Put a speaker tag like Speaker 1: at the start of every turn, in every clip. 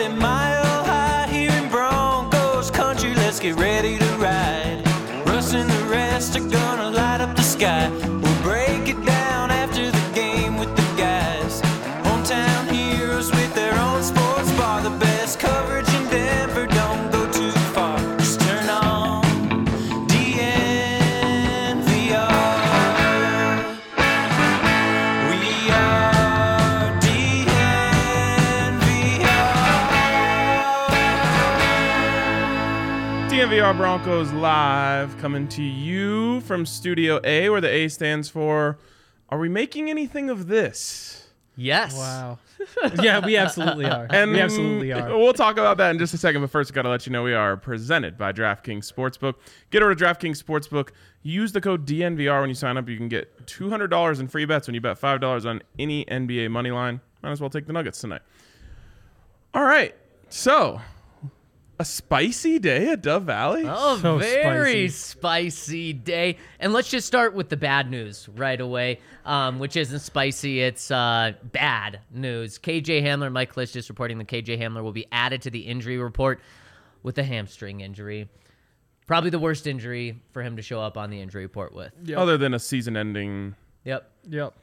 Speaker 1: at mile high here in Broncos country. Let's get ready to ride. Russ and the rest are gonna light up the sky. We'll break it down after the game with the guys. Hometown heroes with their own sports bar. The best coverage in Denver. Don't go too far. Just turn on DNVR. We are
Speaker 2: DNVR Broncos live coming to you from Studio A, where the A stands for. Are we making anything of this?
Speaker 3: Yes.
Speaker 4: Wow. Yeah, we absolutely are.
Speaker 2: And oh.
Speaker 4: we absolutely are.
Speaker 2: We'll talk about that in just a second, but first, I gotta let you know we are presented by DraftKings Sportsbook. Get over to DraftKings Sportsbook. Use the code DNVR when you sign up. You can get two hundred dollars in free bets when you bet five dollars on any NBA money line. Might as well take the Nuggets tonight. All right, so a spicy day at Dove Valley.
Speaker 3: A
Speaker 4: So
Speaker 3: very spicy. day. And let's just start with the bad news right away, um, which isn't spicy, it's uh, bad news. KJ Hamler, Mike Kliss just reporting that KJ Hamler will be added to the injury report with a hamstring injury. Probably the worst injury for him to show up on the injury report with.
Speaker 2: Other than a season-ending,
Speaker 3: Yep.
Speaker 4: Yep.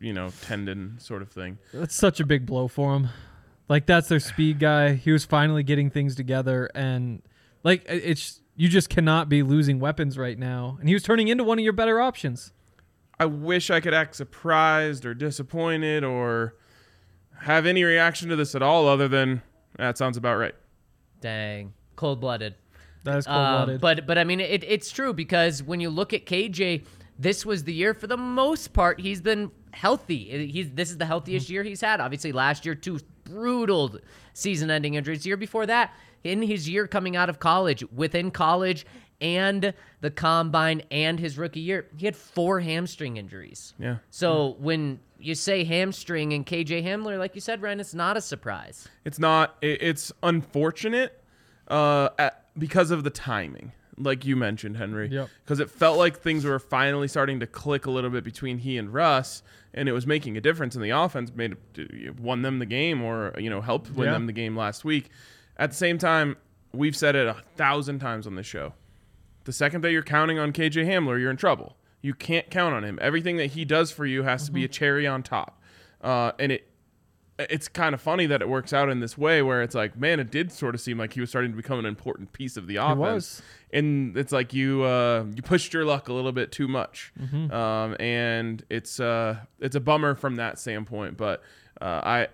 Speaker 2: you know, tendon sort of thing.
Speaker 4: That's such a big blow for him. Like that's their speed guy. He was finally getting things together and like it- it's you just cannot be losing weapons right now. And he was turning into one of your better options.
Speaker 2: I wish I could act surprised or disappointed or have any reaction to this at all other than that sounds about right.
Speaker 3: Dang. Cold blooded.
Speaker 4: That is cold
Speaker 3: Um,
Speaker 4: blooded.
Speaker 3: but but I mean it, it's true because when you look at KJ, this was the year for the most part he's been healthy. He's this is the
Speaker 2: Mm-hmm.
Speaker 3: healthiest year he's had. Obviously last year two brutal season-ending injuries. The year before that, in his year coming out of college, within college and the combine and his rookie year, he had four hamstring injuries.
Speaker 2: Yeah.
Speaker 3: So when you say hamstring and KJ Hamler, like you said, Ren, it's not a surprise.
Speaker 2: It's not, it, it's unfortunate uh, at, because of the timing, like you mentioned, Henry.
Speaker 4: Yep.
Speaker 2: Because it felt like things were finally starting to click a little bit between he and Russ, and it was making a difference in the offense, made won them the game or, you know, helped win
Speaker 4: Yeah.
Speaker 2: them the game last week. At the same time, we've said it a thousand times on this show. The second that you're counting on KJ Hamler, you're in trouble. You can't count on him. Everything that he does for you has to
Speaker 4: Mm-hmm.
Speaker 2: be a cherry on top. Uh, and it it's kind of funny that it works out in this way where it's like, man, it did sort of seem like he was starting to become an important piece of the offense.
Speaker 4: was.
Speaker 2: And it's like you uh, you pushed your luck a little bit too much, um, and it's uh, it's a bummer from that standpoint. But uh, I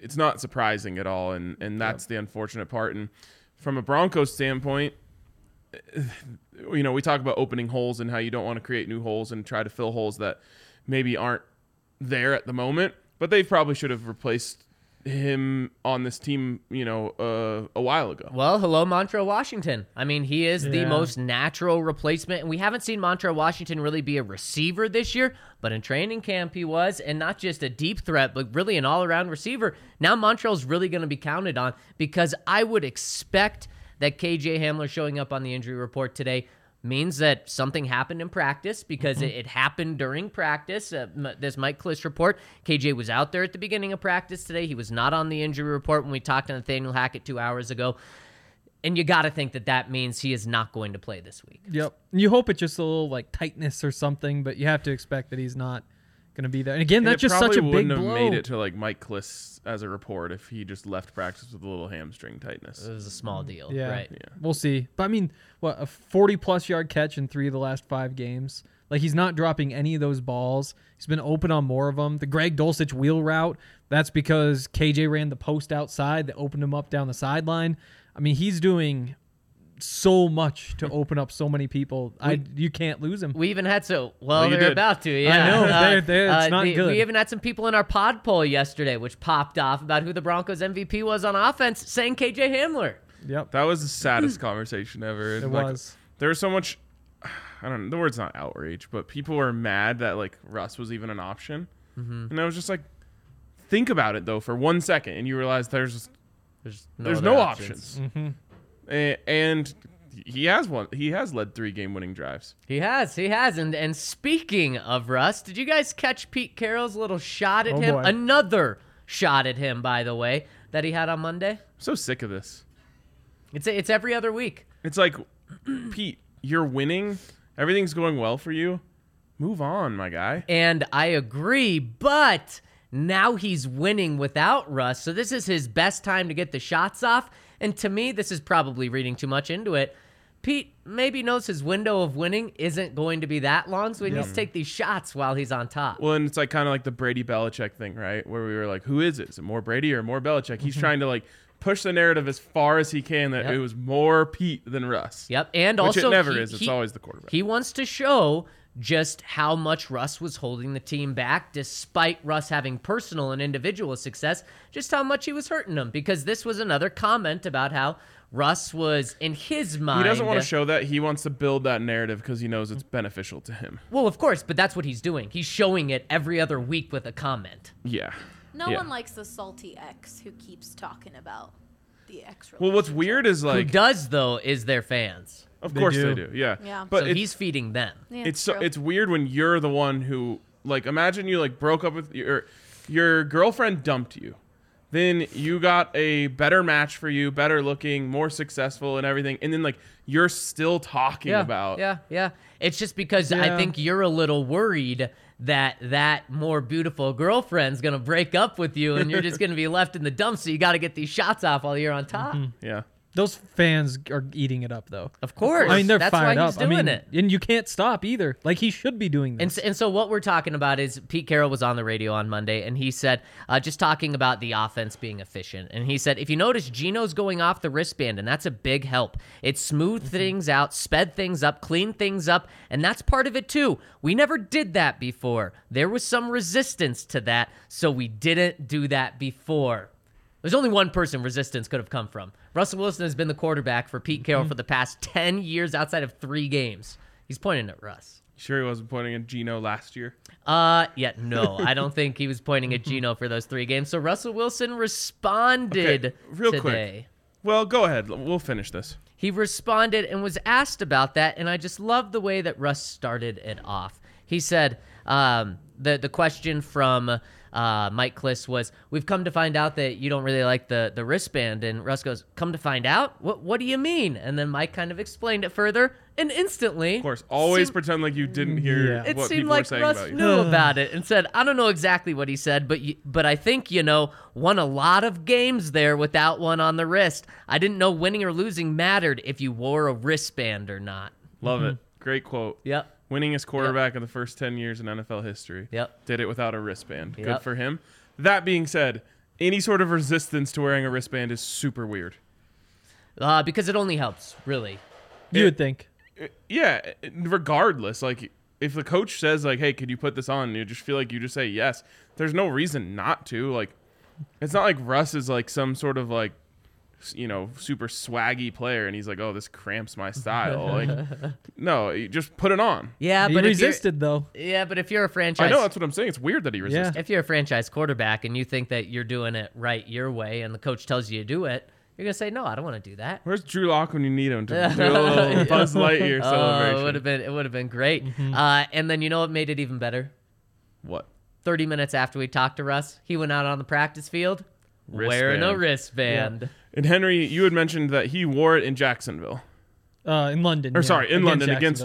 Speaker 2: it's not surprising at all, and and that's the unfortunate part. And from a Broncos standpoint, you know, we talk about opening holes and how you don't want to create new holes and try to fill holes that maybe aren't there at the moment, but they probably should have replaced him on this team, you know, uh, a while ago.
Speaker 3: Well, hello, Montreal Washington. I mean, he is the
Speaker 4: Yeah.
Speaker 3: most natural replacement, and we haven't seen Montreal Washington really be a receiver this year. But in training camp, he was, and not just a deep threat, but really an all-around receiver. Now Montreal's really going to be counted on because I would expect that KJ Hamler showing up on the injury report today means that something happened in practice because it, it happened during practice. Uh, m- this Mike Kliss report, KJ was out there at the beginning of practice today. He was not on the injury report when we talked to Nathaniel Hackett two hours ago. And you got to think that that means he is not going to play this week.
Speaker 4: Yep. You hope it's just a little like tightness or something, but you have to expect that he's not going to be there. And again,
Speaker 2: And
Speaker 4: that's
Speaker 2: it
Speaker 4: just such
Speaker 2: probably
Speaker 4: a big
Speaker 2: wouldn't have
Speaker 4: blow.
Speaker 2: made it to like Mike Kliss as a report if he just left practice with a little hamstring tightness.
Speaker 3: It
Speaker 4: Uh,
Speaker 3: was a small deal,
Speaker 4: Mm, Yeah.
Speaker 3: right?
Speaker 4: We'll see. But I mean, what a 40 plus yard catch in 3 of the last 5 games. Like he's not dropping any of those balls. He's been open on more of them. The Greg Dulcich wheel route, that's because KJ ran the post outside that opened him up down the sideline. I mean, he's doing so much to open up so many people. I you can't lose him.
Speaker 3: We even had so well,
Speaker 2: you
Speaker 3: they're
Speaker 2: did.
Speaker 3: about to. Yeah,
Speaker 4: know, they're- they're- it's not
Speaker 3: the-
Speaker 4: good.
Speaker 3: We even had some people in our pod poll yesterday, which popped off about who the Broncos MVP was on offense, saying KJ Hamler.
Speaker 4: Yep.
Speaker 2: That was the saddest conversation ever. And,
Speaker 4: It
Speaker 2: like,
Speaker 4: was.
Speaker 2: There was so much. I don't. know, The word's not outrage, but people were mad that like Russ was even an option, and I was just like, think about it though for one second, and you realize there's
Speaker 3: There's
Speaker 2: there's
Speaker 3: other
Speaker 2: no options, Mm-hmm. A- and he has one. He has led three game winning drives.
Speaker 3: He has, he has, and and speaking of Russ, did you guys catch Pete Carroll's little shot at
Speaker 4: Oh,
Speaker 3: him?
Speaker 4: boy.
Speaker 3: Another shot at him, by the way, that he had on Monday.
Speaker 2: I'm so sick of this.
Speaker 3: It's it's every other week.
Speaker 2: It's like, Pete, you're winning. Everything's going well for you. Move on, my guy.
Speaker 3: And I agree, but now he's winning without Russ. So this is his best time to get the shots off. And to me, this is probably reading too much into it. Pete maybe knows his window of winning isn't going to be that long, so he needs to take these shots while he's on top.
Speaker 2: Well, and it's like kind of like the Brady Belichick thing, right? Where we were like, who is it? Is it more Brady or more Belichick? He's trying to like push the narrative as far as he can that
Speaker 3: Mm-hmm. Yep.
Speaker 2: it was more Pete than Russ.
Speaker 3: Yep, and
Speaker 2: Which
Speaker 3: also
Speaker 2: it never
Speaker 3: he-
Speaker 2: is. It's
Speaker 3: he-
Speaker 2: always the quarterback.
Speaker 3: He wants to show just how much Russ was holding the team back, despite Russ having personal and individual success, just how much he was hurting them. Because this was another comment about how Russ was, in his mind,
Speaker 2: he doesn't want to show that. He wants to build that narrative because he knows it's
Speaker 3: Mm.
Speaker 2: beneficial to him.
Speaker 3: Well, of course, but that's what he's doing. He's showing it every other week with a comment.
Speaker 2: Yeah.
Speaker 5: No
Speaker 2: Yeah.
Speaker 5: one likes the salty ex who keeps talking about the ex.
Speaker 2: Well, what's
Speaker 5: relationship.
Speaker 2: weird is
Speaker 3: Who
Speaker 2: like,
Speaker 3: does though is their fans.
Speaker 2: of course
Speaker 4: do.
Speaker 2: they do. Yeah.
Speaker 5: Yeah.
Speaker 2: But
Speaker 3: so
Speaker 2: it's,
Speaker 3: he's feeding them.
Speaker 5: Yeah,
Speaker 2: it's so,
Speaker 5: true.
Speaker 2: it's weird when you're the one who like imagine you like broke up with your your girlfriend dumped you then you got a better match for you better looking more successful and everything and then like you're still talking
Speaker 3: yeah,
Speaker 2: about
Speaker 3: Yeah, yeah. It's just because I
Speaker 4: Yeah.
Speaker 3: think you're a little worried that that more beautiful girlfriend's gonna break up with you, and you're just gonna be left in the dump. So you got to get these shots off while you're on top.
Speaker 4: Mm-hmm.
Speaker 2: yeah
Speaker 4: Those fans are eating it up though.
Speaker 3: Of course,
Speaker 4: I mean, they're
Speaker 3: that's
Speaker 4: fired
Speaker 3: why
Speaker 4: up.
Speaker 3: he's doing
Speaker 4: I mean,
Speaker 3: it.
Speaker 4: and you can't stop either. Like he should be doing
Speaker 3: And
Speaker 4: this.
Speaker 3: so, and so what we're talking about is Pete Carroll was on the radio on Monday and he said uh, just talking about the offense being efficient and he said if you notice Gino's going off the wristband and that's a big help. It smoothed things out, sped things up, cleaned things up and that's part of it too. We never did that before. There was some resistance to that, so we didn't do that before. There's only one person resistance could have come from. Russell Wilson has been the quarterback for Pete Carroll for the past 10 years outside of 3 games. He's pointing at Russ.
Speaker 2: sure he wasn't pointing at gino last year
Speaker 3: Uh, yeah, no, I don't think he was pointing at Gino for those three games. So Russell Wilson responded
Speaker 2: Okay, real quick.
Speaker 3: today.
Speaker 2: well go ahead we'll finish this
Speaker 3: He responded and was asked about that, and I just love the way that Russ started it off. He said, um, the the question from uh, Mike Kliss was, "We've come to find out that you don't really like the the wristband," and Russ goes, "Come to find out? What what do you mean?" And then Mike kind of explained it further, and instantly,
Speaker 2: of course always pretend like you didn't hear
Speaker 4: Yeah.
Speaker 3: it
Speaker 2: what
Speaker 3: seemed
Speaker 2: people were
Speaker 3: like
Speaker 2: saying
Speaker 3: Russ
Speaker 2: about you
Speaker 3: knew about it and said, "I don't know exactly what he said, but you, but I think you know won a lot of games there without one on the wrist. I didn't know winning or losing mattered if you wore a wristband or not."
Speaker 2: love it great quote
Speaker 3: Mm-hmm. Yep.
Speaker 2: winningest quarterback of the first 10 years in NFL history.
Speaker 3: Yep.
Speaker 2: Did it without a wristband. Good
Speaker 3: Yep.
Speaker 2: for him. That being said, any sort of resistance to wearing a wristband is super weird.
Speaker 3: Uh, because it only helps, really.
Speaker 4: you would think.
Speaker 2: Yeah, regardless, like if the coach says like, "Hey, could you put this on?" and you just feel like you just say yes. There's no reason not to. Like it's not like Russ is like some sort of like s- you know, super swaggy player and he's like, "Oh, this cramps my style." like no, you just put it on.
Speaker 3: Yeah,
Speaker 4: he
Speaker 3: but
Speaker 4: resisted though.
Speaker 3: If you're, yeah, but if you're a
Speaker 2: I
Speaker 3: franchise,
Speaker 2: know that's what I'm saying. It's weird that he resisted.
Speaker 3: if you're a franchise quarterback and you think that you're doing it right your way, and the coach tells you to do it, you're gonna say, "No, I don't want to do that."
Speaker 2: Where's Drew Lock when you need him to do a little Buzz Lightyear
Speaker 3: Oh, it would
Speaker 2: celebration?
Speaker 3: have been it would have been great.
Speaker 4: Mm-hmm.
Speaker 3: Uh, and then you know what made it even better?
Speaker 2: what?
Speaker 3: 30 minutes after we talked to Russ, he went out on the practice field wearing a
Speaker 2: Wristband.
Speaker 3: wristband.
Speaker 2: And Henry, you had mentioned that he wore it in Jacksonville,
Speaker 4: Uh, in London.
Speaker 2: or
Speaker 4: yeah,
Speaker 2: sorry, in London against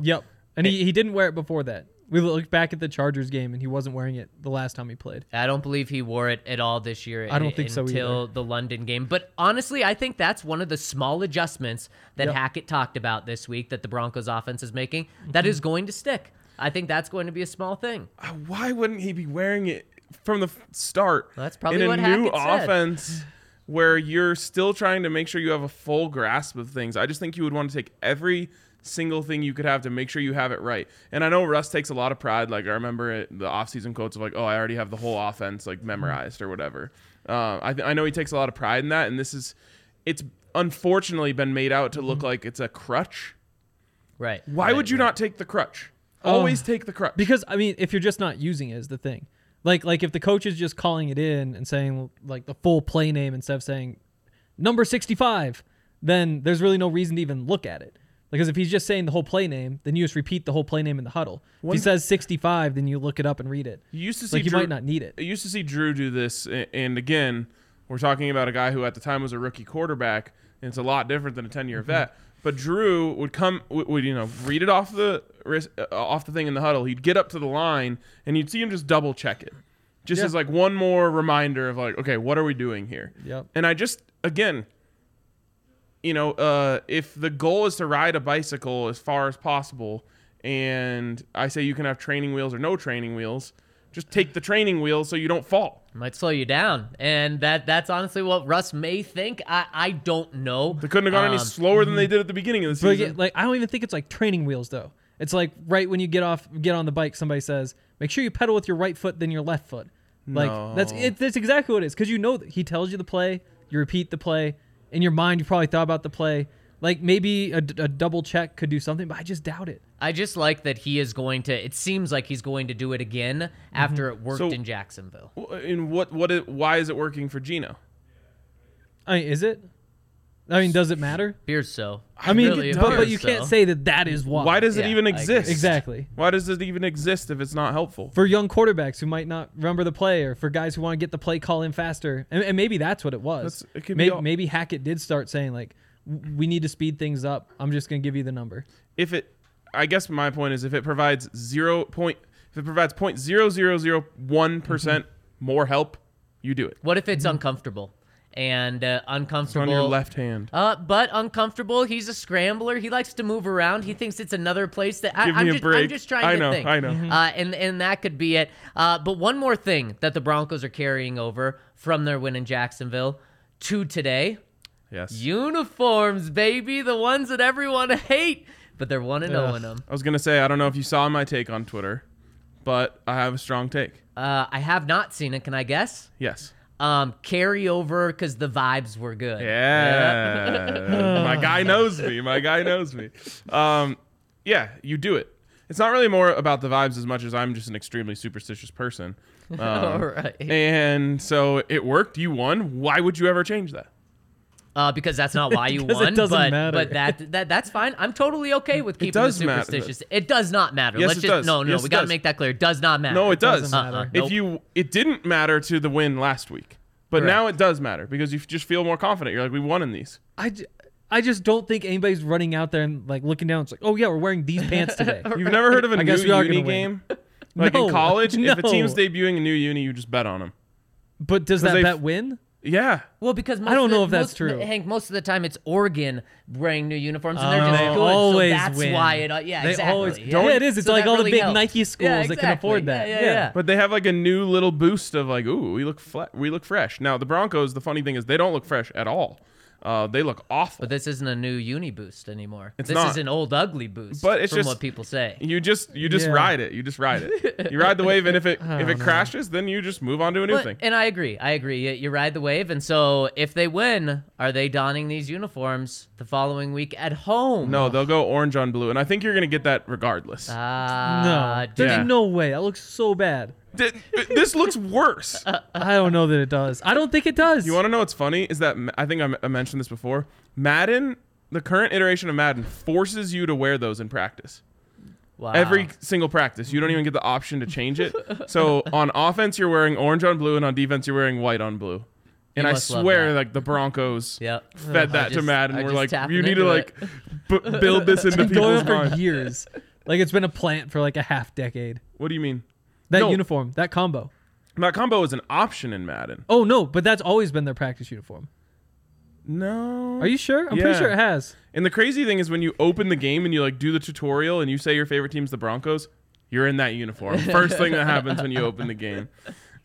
Speaker 2: Jacksonville.
Speaker 4: Yep. And he, he didn't wear it before that. We looked back at the Chargers game and he wasn't wearing it the last time he played.
Speaker 3: I don't believe he wore it at all this year.
Speaker 4: I don't
Speaker 3: and-
Speaker 4: think so
Speaker 3: until the London game. But honestly, I think that's one of the small adjustments that
Speaker 4: Yep.
Speaker 3: Hackett talked about this week that the Broncos offense is making that
Speaker 4: Mhm.
Speaker 3: is going to stick. I think that's going to be a small thing.
Speaker 2: Uh, Why wouldn't he be wearing it from the f- start?
Speaker 3: Well, that's probably
Speaker 2: in a
Speaker 3: what
Speaker 2: new
Speaker 3: Hackett said.
Speaker 2: offense where you're still trying to make sure you have a full grasp of things. I just think you would want to take every single thing you could have to make sure you have it right. And I know Russ takes a lot of pride. Like I remember it, the offseason quotes of like, "Oh, I already have the whole offense
Speaker 3: Mm-hmm.
Speaker 2: like memorized or whatever." Uh, I th- I know he takes a lot of pride in that. And this is, it's unfortunately been made out to look like it's a crutch.
Speaker 3: Mm-hmm. Right. Oh.
Speaker 2: Why would you not take the crutch? Always take the crutch.
Speaker 4: Because I mean, if you're just not using it is the thing. Like like if the coach is just calling it in and saying like the full play name instead of saying number 65, then there's really no reason to even look at it. Because if he's just saying the whole play name, then you just repeat the whole play name in the huddle. If he says 65, then you look it up and read it.
Speaker 2: You used to see
Speaker 4: Like you
Speaker 2: Drew,
Speaker 4: might not need it.
Speaker 2: I used to see Drew do this, a- and again, we're talking about a guy who at the time was a rookie quarterback, and it's a lot different than a ten-year
Speaker 4: Mm-hmm.
Speaker 2: vet. But Drew would come, would would, you know, read it off the wrist- uh, off the thing in the huddle. He'd get up to the line, and you'd see him just double check it, just as like one more reminder of like, okay, what are we doing here?
Speaker 4: Yep.
Speaker 2: And I just again, you know, uh, if the goal is to ride a bicycle as far as possible, and I say you can have training wheels or no training wheels, just take the training wheels so you don't fall.
Speaker 3: Might slow you down. And that that's honestly what Russ may think. I, I don't know.
Speaker 2: They couldn't have gone any
Speaker 3: Um,
Speaker 2: slower
Speaker 3: mm-hmm.
Speaker 2: than they did at the beginning of the
Speaker 4: But
Speaker 2: season.
Speaker 4: yeah, like I don't even think it's like training wheels though. It's like right when you get off, get on the bike, somebody says, "Make sure you pedal with your right foot, then your left foot." Like that's it, that's exactly what it is because you know that he tells you the play, you repeat the play in your mind. You probably thought about the play. Like maybe a, d- a double check could do something, but I just doubt it.
Speaker 3: I just like that he is going to, it seems like he's going to do it again after it worked
Speaker 2: So-
Speaker 3: in Jacksonville.
Speaker 2: W- and what what it, why is it working for Gino?
Speaker 4: I mean, is it? I mean, does it matter?
Speaker 3: Appears so.
Speaker 4: I mean,
Speaker 3: Really
Speaker 4: but, but
Speaker 3: appears
Speaker 4: you can't
Speaker 3: so.
Speaker 4: say that that is why.
Speaker 2: Why does
Speaker 3: Yeah,
Speaker 2: it even
Speaker 3: I agree.
Speaker 2: exist?
Speaker 4: exactly?
Speaker 2: Why does it even exist if it's not helpful?
Speaker 4: for young quarterbacks who might not remember the play or for guys who want to get the play call in faster. And, and maybe that's what it was.
Speaker 2: That's- it could be
Speaker 4: maybe,
Speaker 2: all-
Speaker 4: maybe Hackett did start saying, like, "W- we need to speed things up. I'm just going to give you the number.
Speaker 2: if it I guess my point is if it provides zero point if it provides point zero zero zero one percent
Speaker 3: Mm-hmm.
Speaker 2: more help, you do it.
Speaker 3: What if it's uncomfortable? And uh, uncomfortable.
Speaker 2: On your left hand.
Speaker 3: Uh, but uncomfortable. He's a scrambler. He likes to move around. He thinks it's another place that I,
Speaker 2: Give
Speaker 3: am
Speaker 2: me a
Speaker 3: just, I'm
Speaker 2: break.
Speaker 3: just trying
Speaker 2: I
Speaker 3: to
Speaker 2: know,
Speaker 3: think.
Speaker 2: I know. Mhm.
Speaker 3: Uh, and and that could be it. Uh, but one more thing that the Broncos are carrying over from their win in Jacksonville to today:
Speaker 2: Yes.
Speaker 3: uniforms, baby, the ones that everyone hate, but they're one and zero in them.
Speaker 2: I was gonna say I don't know if you saw my take on Twitter, but I have a strong take.
Speaker 3: Uh, I have not seen it. Can I guess?
Speaker 2: Yes.
Speaker 3: Um, carryover because the vibes were good.
Speaker 2: Yeah. My guy knows me. My guy knows me. Um, yeah, you do it. It's not really more about the vibes as much as I'm just an extremely superstitious person. Um,
Speaker 3: All right.
Speaker 2: And so it worked. You won. Why would you ever change that?
Speaker 3: uh, because that's not why you
Speaker 4: Because it
Speaker 3: won.
Speaker 4: doesn't
Speaker 3: but,
Speaker 4: matter.
Speaker 3: But that that that's fine. I'm totally okay with keeping it
Speaker 2: does matter.
Speaker 3: superstitious. It does not matter.
Speaker 2: Yes,
Speaker 3: Let's
Speaker 2: it
Speaker 3: just
Speaker 2: does.
Speaker 3: no no.
Speaker 2: Yes,
Speaker 3: we
Speaker 2: it
Speaker 3: gotta
Speaker 2: does.
Speaker 3: make that clear. It does not matter. Uh-uh.
Speaker 2: No, it does.
Speaker 4: doesn't matter.
Speaker 3: Nope.
Speaker 2: If you, it didn't matter to the win last week, but now
Speaker 3: Correct.
Speaker 2: it does matter because you just feel more confident. You're like, we won in these.
Speaker 4: I, j- I just don't think anybody's running out there and like looking down. It's like, oh, yeah, we're wearing these pants today.
Speaker 2: You've never heard of a new
Speaker 4: I guess we are
Speaker 2: uni
Speaker 4: gonna win.
Speaker 2: game? Like
Speaker 4: No,
Speaker 2: in college, if a
Speaker 4: no.
Speaker 2: team's debuting a new uni, you just bet on them.
Speaker 4: But does that
Speaker 2: they've-
Speaker 4: bet win?
Speaker 2: Yeah.
Speaker 3: Well, because most
Speaker 4: don't
Speaker 3: of the-
Speaker 4: know if that's
Speaker 3: most-
Speaker 4: true.
Speaker 3: Hank, most of the time it's Oregon wearing new uniforms, and they're just
Speaker 4: Oh, They
Speaker 3: good.
Speaker 4: always
Speaker 3: so that's
Speaker 4: win.
Speaker 3: why it. uh, Yeah,
Speaker 4: They
Speaker 3: exactly.
Speaker 4: always-
Speaker 3: yeah.
Speaker 4: Don't- Yeah, it is. It's
Speaker 3: So
Speaker 4: like
Speaker 3: that
Speaker 4: all the
Speaker 3: really
Speaker 4: big
Speaker 3: helps.
Speaker 4: Nike
Speaker 3: Yeah,
Speaker 4: schools that can
Speaker 3: exactly.
Speaker 4: afford that.
Speaker 3: Yeah, yeah,
Speaker 4: Yeah.
Speaker 3: yeah.
Speaker 2: But they have like a new little boost of like, ooh, we look flat, we look fresh. Now the Broncos, the funny thing is they don't look fresh at all. Uh, they look awful.
Speaker 3: But this isn't a new uni boost anymore.
Speaker 2: It's
Speaker 3: this
Speaker 2: not.
Speaker 3: is an old ugly boost.
Speaker 2: But it's
Speaker 3: from
Speaker 2: just-
Speaker 3: what people say.
Speaker 2: you just you just
Speaker 4: Yeah.
Speaker 2: ride it. You just ride it. You ride the wave, and if it if it crashes, then you just move on to a new
Speaker 3: Well,
Speaker 2: thing.
Speaker 3: And I agree. I agree. You, you ride the wave. And so if they win, are they donning these uniforms the following week at home?
Speaker 2: No, they'll go orange on blue, and I think you're gonna get that regardless.
Speaker 3: Ah,
Speaker 4: No. There's
Speaker 2: yeah.
Speaker 4: no way. That looks so bad.
Speaker 2: Th- this looks worse.
Speaker 4: I don't know that it does. I don't think it does.
Speaker 2: You want to know what's funny is that I think I m- I mentioned this before. Madden, the current iteration of Madden, forces you to wear those in practice.
Speaker 3: wow.
Speaker 2: Every single practice, you don't even get the option to change it. So on offense, you're wearing orange on blue, and on defense, you're wearing white on blue. And
Speaker 3: You
Speaker 2: I
Speaker 3: must love
Speaker 2: swear,
Speaker 3: that.
Speaker 2: like the Broncos
Speaker 3: Yep.
Speaker 2: fed
Speaker 3: I
Speaker 2: that to
Speaker 3: just-
Speaker 2: Madden.
Speaker 3: I
Speaker 2: We're
Speaker 3: just
Speaker 2: like,
Speaker 3: tapping
Speaker 2: you need to
Speaker 3: into
Speaker 2: like
Speaker 3: it."
Speaker 2: b- build this into
Speaker 4: Going
Speaker 2: people's
Speaker 4: on for
Speaker 2: minds.
Speaker 4: years. Like it's been a plant for like a half decade.
Speaker 2: What do you mean?
Speaker 4: That
Speaker 2: No.
Speaker 4: uniform, that combo.
Speaker 2: That combo is an option in Madden.
Speaker 4: Oh no, but that's always been their practice uniform.
Speaker 2: No.
Speaker 4: Are you sure? I'm pretty
Speaker 2: Yeah.
Speaker 4: sure it has.
Speaker 2: And the crazy thing is when you open the game and you like do the tutorial and you say your favorite team's the Broncos, you're in that uniform. First thing that happens when you open the game.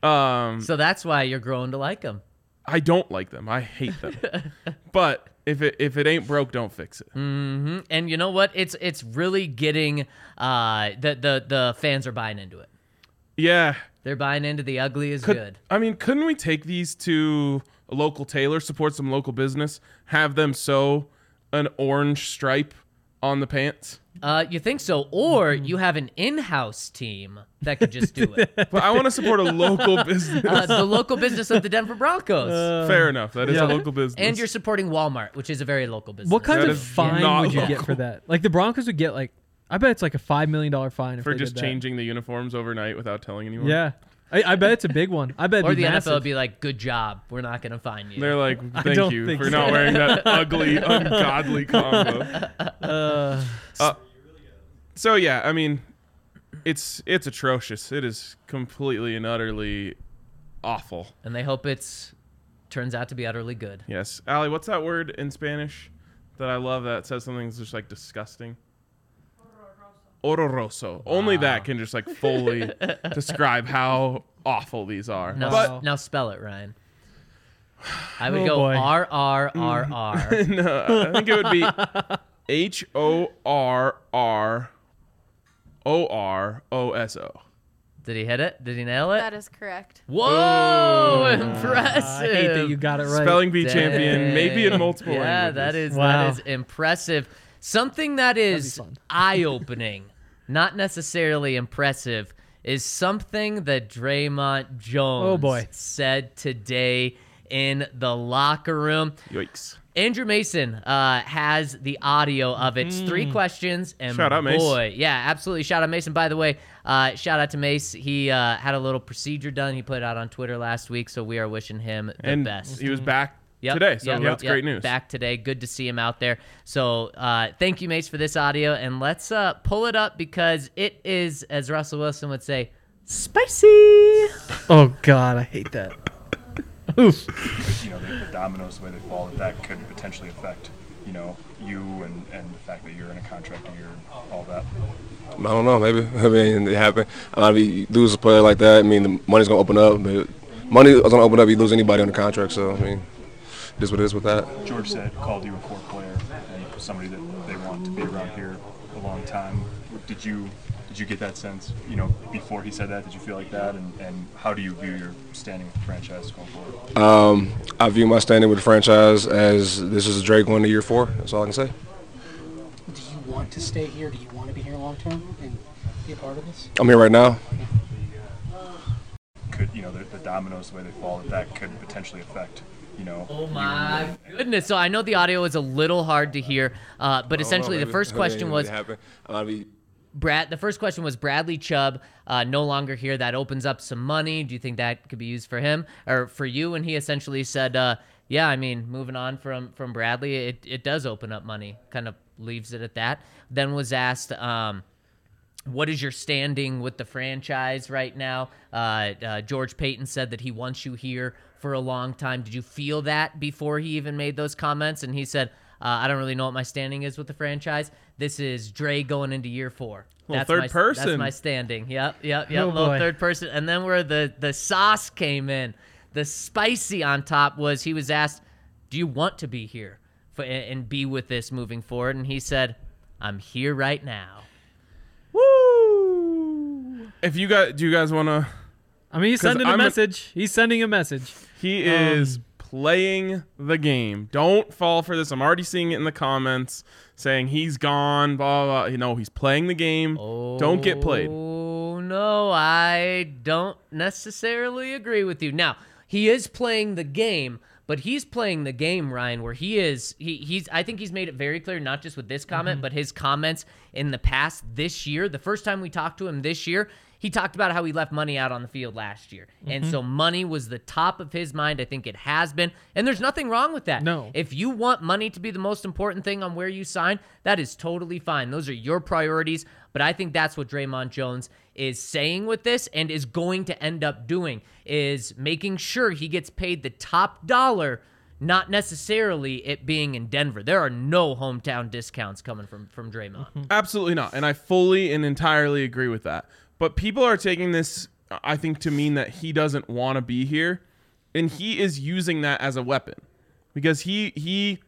Speaker 2: Um,
Speaker 3: So that's why you're growing to like them.
Speaker 2: I don't like them. I hate them. but if it if it ain't broke, don't fix it.
Speaker 3: And you know what? It's it's really getting uh the the the fans are buying into it.
Speaker 2: Yeah.
Speaker 3: They're buying into the ugly is good.
Speaker 2: I mean, couldn't we take these to a local tailor, support some local business, have them sew an orange stripe on the pants?
Speaker 3: Uh you think so or
Speaker 4: Mm-hmm.
Speaker 3: you have an in-house team that could just do it.
Speaker 2: But I want to support a local business.
Speaker 3: Uh, the local business of the Denver Broncos.
Speaker 4: Uh,
Speaker 2: Fair enough. That is a local business.
Speaker 3: and you're supporting Walmart, which is a very local business.
Speaker 4: What kind
Speaker 2: That
Speaker 4: of
Speaker 2: is
Speaker 4: fine
Speaker 2: not
Speaker 4: would you get for
Speaker 2: local.
Speaker 4: that? Like the Broncos would get like I bet it's like a five million dollar fine if
Speaker 2: for
Speaker 4: they
Speaker 2: just
Speaker 4: did that.
Speaker 2: changing the uniforms overnight without telling anyone.
Speaker 4: Yeah. I, I bet it's a big one. I bet it'd
Speaker 3: or
Speaker 4: be
Speaker 3: the
Speaker 4: massive.
Speaker 3: NFL would be like, "Good job. We're not going to find you."
Speaker 2: They're like,
Speaker 4: don't
Speaker 2: thank you
Speaker 4: think
Speaker 2: for
Speaker 4: so.
Speaker 2: not wearing that ugly, ungodly combo. Uh, so yeah, I mean, it's it's atrocious. It is completely and utterly awful.
Speaker 3: and they hope it's turns out to be utterly good.
Speaker 2: Yes, Ali, what's that word in Spanish that I love that says something that's just like disgusting? Ororoso. Only that can just like fully describe how awful these are.
Speaker 3: Now,
Speaker 2: But
Speaker 4: Wow.
Speaker 3: now spell it, Ryan. I would
Speaker 4: Oh,
Speaker 3: go
Speaker 4: boy. Mm.
Speaker 3: R R R R.
Speaker 2: No, I think it would be H O R R O R O S O.
Speaker 3: Did he hit it? Did he nail it?
Speaker 5: That is correct.
Speaker 3: Whoa! impressive.
Speaker 4: I hate that you got it right.
Speaker 2: Spelling bee champion, maybe in
Speaker 3: Dang.
Speaker 2: multiple
Speaker 3: yeah,
Speaker 2: languages.
Speaker 3: that is
Speaker 4: Wow.
Speaker 3: that is impressive. Something that is
Speaker 4: fun.
Speaker 3: eye-opening, not necessarily impressive, is something that Draymond Jones
Speaker 4: Oh, boy.
Speaker 3: said today in the locker room.
Speaker 2: Yikes.
Speaker 3: Andrew Mason uh, has the audio of it. It's three questions, and
Speaker 2: Mm. Shout out, Mace.
Speaker 3: boy, yeah, absolutely. Shout out Mason. By the way, uh, shout out to Mace. He uh, had a little procedure done. He put it out on Twitter last week, so we are wishing him the
Speaker 2: and
Speaker 3: best. Mm.
Speaker 2: he was back
Speaker 3: Yep,
Speaker 2: today, so
Speaker 3: yep,
Speaker 2: that's
Speaker 3: yep,
Speaker 2: great news.
Speaker 3: Back today. Good to see him out there. So uh, thank you, Mace, for this audio, and let's uh, pull it up because it is, as Russell Wilson would say, spicy.
Speaker 4: Oh god, I hate that. Oof.
Speaker 6: you know, the, the dominoes, the way they fall, that that could potentially affect, you know, you and, and the fact that you're in a contract year and all that.
Speaker 7: I don't know. Maybe I mean it happened. I mean, if you lose a player like that, I mean the money's gonna open up. But money is gonna open up. You lose anybody on the contract, so I mean, it is what it is with that.
Speaker 6: George said called you a core player and somebody that they want to be around here a long time. Did you did you get that sense, you know, before he said that? Did you feel like that? And, and how do you view your standing with the franchise going forward?
Speaker 7: Um, I view my standing with the franchise as this is Drake going to year four. That's all I can say.
Speaker 8: Do you want to stay here? Do you want to be here long term and be a part of this?
Speaker 7: I'm here right now.
Speaker 6: Could you know the, the dominoes, the way they fall, that that could potentially affect, you know,
Speaker 3: Oh my goodness! So I know the audio is a little hard to hear, uh,
Speaker 2: Oh,
Speaker 3: but essentially the first question was Brad. The first question was Bradley Chubb uh, no longer here. That opens up some money. Do you think that could be used for him or for you? And he essentially said, uh, "Yeah, I mean, moving on from from Bradley, it it does open up money. Kind of leaves it at that." Then was asked. Um, what is your standing with the franchise right now? Uh, uh, George Payton said that he wants you here for a long time. Did you feel that before he even made those comments? And he said, uh, I don't really know what my standing is with the franchise. This is Dre going into year four.
Speaker 2: Little
Speaker 3: that's
Speaker 2: third
Speaker 3: my, That's
Speaker 2: person.
Speaker 3: my standing. Yep, yep, yep.
Speaker 4: Oh,
Speaker 3: little
Speaker 4: boy.
Speaker 3: third person. And then where the the sauce came in, the spicy on top was he was asked, "Do you want to be here for, and and be with this moving forward?" And he said, "I'm here right now."
Speaker 2: If you guys, do you guys want to?
Speaker 4: I mean he's
Speaker 2: 'Cause
Speaker 4: sending a
Speaker 2: I'm a-
Speaker 4: message. he's sending a message.
Speaker 2: He is
Speaker 3: Um,
Speaker 2: playing the game. Don't fall for this. I'm already seeing it in the comments saying he's gone. Blah blah. blah. You know he's playing the game. Don't get played.
Speaker 3: Oh no, I don't necessarily agree with you. Now, he is playing the game, but he's playing the game, Ryan, where he is he he's I think he's made it very clear, not just with this comment, but his comments in the past this year. The first time we talked to him this year, he talked about how he left money out on the field last year. And so money was the top of his mind. I think it has been. And there's nothing wrong with that.
Speaker 4: No.
Speaker 3: If you want money to be the most important thing on where you sign, that is totally fine. Those are your priorities. But I think that's what Draymond Jones is saying with this and is going to end up doing is making sure he gets paid the top dollar not necessarily it being in Denver. There are no hometown discounts coming from from Draymond.
Speaker 2: Absolutely not. And I fully and entirely agree with that. But people are taking this, I think, to mean that he doesn't want to be here. And he is using that as a weapon. Because he he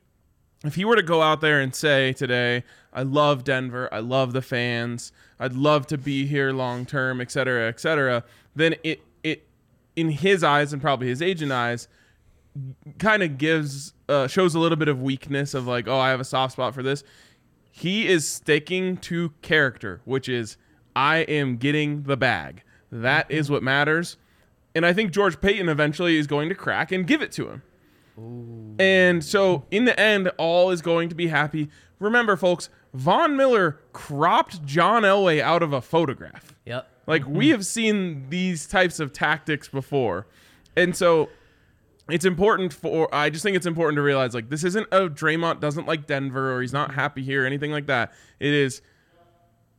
Speaker 2: if he were to go out there and say today, I love Denver, I love the fans, I'd love to be here long term, et cetera, et cetera, then it it in his eyes and probably his agent eyes, kind of gives uh, shows a little bit of weakness of like, oh, I have a soft spot for this. He is sticking to character, which is I am getting the bag. That is what matters. And I think George Payton eventually is going to crack and give it to him. And so in the end, all is going to be happy. Remember, folks, Von Miller cropped John Elway out of a photograph.
Speaker 3: Yep.
Speaker 2: Like we have seen these types of tactics before. And so it's important for I just think it's important to realize like this isn't a Draymond doesn't like Denver or he's not happy here or anything like that. It is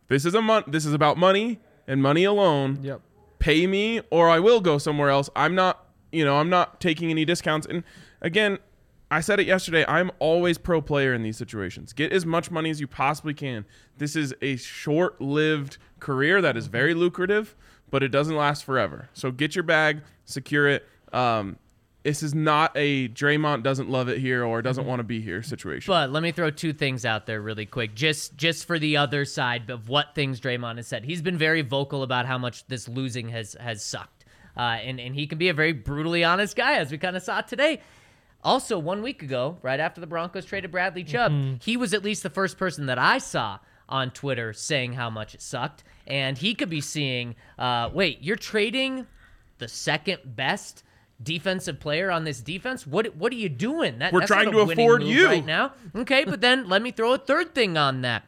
Speaker 2: this is a month this is about money and money alone.
Speaker 4: Yep.
Speaker 2: Pay me or I will go somewhere else. I'm not you know, I'm not taking any discounts. And again, I said it yesterday, I'm always pro player in these situations. Get as much money as you possibly can. This is a short lived career that is very lucrative, but it doesn't last forever. So get your bag, secure it. Um this is not a Draymond doesn't love it here or doesn't want to be here situation.
Speaker 3: But let me throw two things out there really quick, just just for the other side of what things Draymond has said. He's been very vocal about how much this losing has has sucked, uh, and and he can be a very brutally honest guy, as we kind of saw today. Also, one week ago, right after the Broncos traded Bradley Chubb,
Speaker 2: Mm-hmm.
Speaker 3: he was at least the first person that I saw on Twitter saying how much it sucked, and he could be seeing, uh, wait, you're trading the second best defensive player on this defense. What what are you doing? That,
Speaker 2: We're
Speaker 3: that's
Speaker 2: trying
Speaker 3: not
Speaker 2: to
Speaker 3: a winning
Speaker 2: afford
Speaker 3: move
Speaker 2: you.
Speaker 3: right now. Okay, but then let me throw a third thing on that.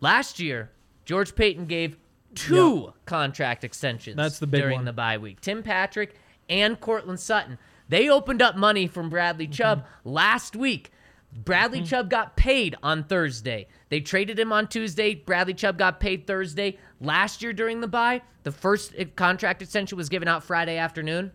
Speaker 3: Last year, George Payton gave two contract extensions.
Speaker 4: That's the big
Speaker 3: during
Speaker 4: one.
Speaker 3: the bye week. Tim Patrick and Cortland Sutton. They opened up money from Bradley
Speaker 4: Mm-hmm.
Speaker 3: Chubb last week. Bradley Chubb got paid on Thursday. They traded him on Tuesday. Bradley Chubb got paid Thursday. Last year during the bye, the first uh, contract extension was given out Friday afternoon.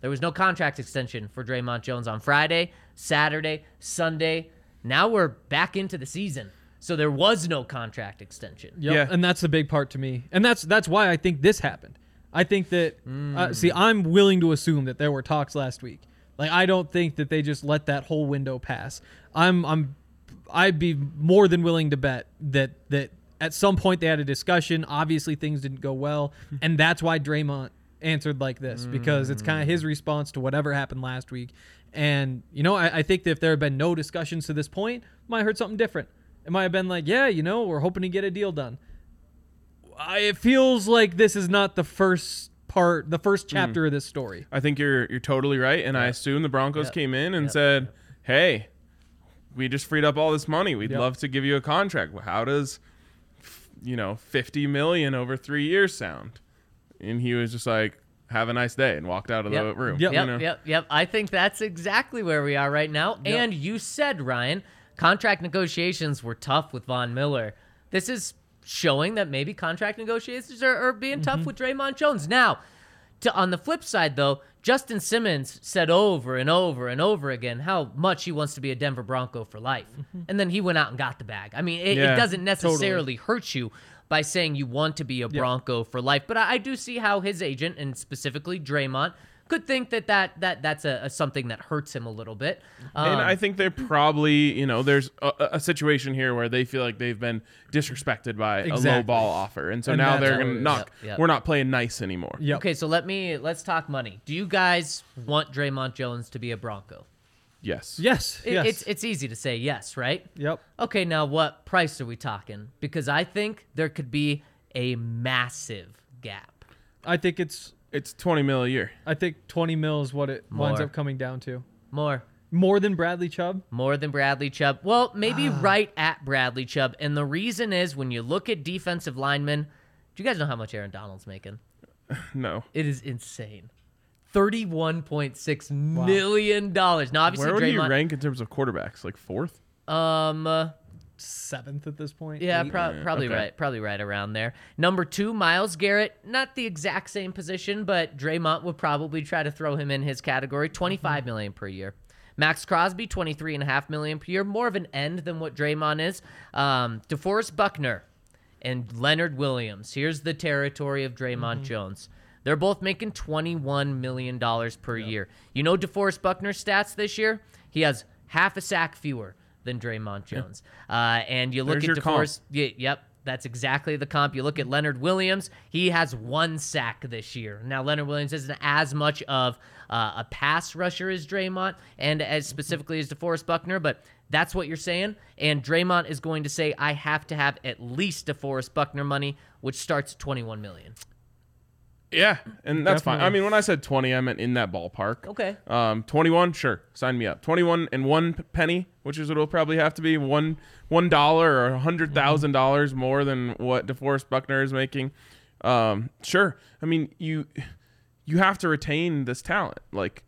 Speaker 3: There was no contract extension for Draymond Jones on Friday, Saturday, Sunday. Now we're back into the season. So there was no contract extension.
Speaker 4: Yep.
Speaker 2: Yeah.
Speaker 4: and that's the big part to me, and that's that's why I think this happened. I think that uh, see, I'm willing to assume that there were talks last week. Like I don't think that they just let that whole window pass. I'm I'm I'd be more than willing to bet that that at some point they had a discussion. Obviously, things didn't go well, and that's why Draymond answered like this because it's kind of his response to whatever happened last week. And you know, I, I think that if there had been no discussions to this point, might have heard something different. It might have been like, yeah, you know, we're hoping to get a deal done. I, it feels like this is not the first part, the first chapter of this story.
Speaker 2: I think you're you're totally right, and I assume the Broncos came in and said, "Hey, we just freed up all this money. We'd love to give you a contract. Well, How does, f- you know, fifty million over three years sound?" And he was just like, "Have a nice day," and walked out of the
Speaker 3: Yep.
Speaker 2: room.
Speaker 4: Yep.
Speaker 2: you
Speaker 3: Yep,
Speaker 2: know?
Speaker 3: yep, yep. I think that's exactly where we are right now. And you said, Ryan, contract negotiations were tough with Von Miller. This is showing that maybe contract negotiations are, are being
Speaker 2: Mm-hmm.
Speaker 3: tough with Draymond Jones. Now, to, on the flip side, though, Justin Simmons said over and over and over again how much he wants to be a Denver Bronco for life. And then he went out and got the bag. I mean, it, it
Speaker 2: Mm-hmm. Yeah,
Speaker 3: doesn't necessarily hurt you by saying you want to be a Bronco for life. But I, I do see how his agent and specifically Draymond could think that that, that that's a, a something that hurts him a little bit.
Speaker 2: and
Speaker 3: Um,
Speaker 2: I think they're probably, you know, there's a, a situation here where they feel like they've been disrespected by a low
Speaker 4: Exactly.
Speaker 2: ball offer, and so
Speaker 4: And
Speaker 2: now
Speaker 4: that's
Speaker 2: they're
Speaker 4: how it
Speaker 2: gonna
Speaker 4: is.
Speaker 2: knock.
Speaker 3: Yep, yep.
Speaker 2: We're not playing nice anymore.
Speaker 4: Yep.
Speaker 3: okay, so let me let's talk money. Do you guys want Draymond Jones to be a Bronco?
Speaker 2: Yes.
Speaker 4: Yes.
Speaker 3: It-
Speaker 4: yes.
Speaker 3: It's it's easy to say yes, right?
Speaker 4: yep.
Speaker 3: Okay, now what price are we talking? Because I think there could be a massive gap.
Speaker 4: I think it's.
Speaker 2: It's twenty mil a year.
Speaker 4: I think 20 mil is what it winds
Speaker 3: More.
Speaker 4: up coming down to.
Speaker 3: More.
Speaker 4: More than Bradley Chubb.
Speaker 3: More than Bradley Chubb.
Speaker 2: Ah.
Speaker 3: Well, maybe right at Bradley Chubb. And the reason is when you look at defensive linemen, Do you guys know how much Aaron Donald's making?
Speaker 2: No.
Speaker 3: It is insane. Thirty-one point six million dollars. Now, obviously,
Speaker 2: Where would he
Speaker 3: Draymond-
Speaker 2: rank in terms of quarterbacks? Like fourth?
Speaker 3: Um, uh,
Speaker 4: Seventh at this point.
Speaker 3: yeah,
Speaker 4: Eight.
Speaker 3: prob- probably
Speaker 2: okay.
Speaker 3: right, probably right around there. Number two, Miles Garrett. Not the exact same position, but Draymond would probably try to throw him in his category. Twenty-five million per year. Max Crosby, twenty-three and a half million per year. More of an end than what Draymond is. Um, DeForest Buckner and Leonard Williams. Here's the territory of Draymond Jones. They're both making $21 million per year. You know DeForest Buckner's stats this year? He has half a sack fewer than Draymond Jones. Uh, and you look
Speaker 2: There's your
Speaker 3: at
Speaker 2: comp.
Speaker 3: DeForest. y- yep, that's exactly the comp. You look at Leonard Williams, he has one sack this year. Now, Leonard Williams isn't as much of uh, a pass rusher as Draymond and as specifically as DeForest Buckner, but that's what you're saying. And Draymond is going to say, I have to have at least DeForest Buckner money, which starts at 21 million.
Speaker 2: Yeah, and that's fine. I mean, when I said 20, I meant in that ballpark.
Speaker 3: Okay.
Speaker 2: Um, 21, sure, sign me up. 21 and one p- penny, which is what it'll probably have to be one one dollar or a hundred thousand dollars more than what DeForest Buckner is making. Um, sure. I mean, you you have to retain this talent. Like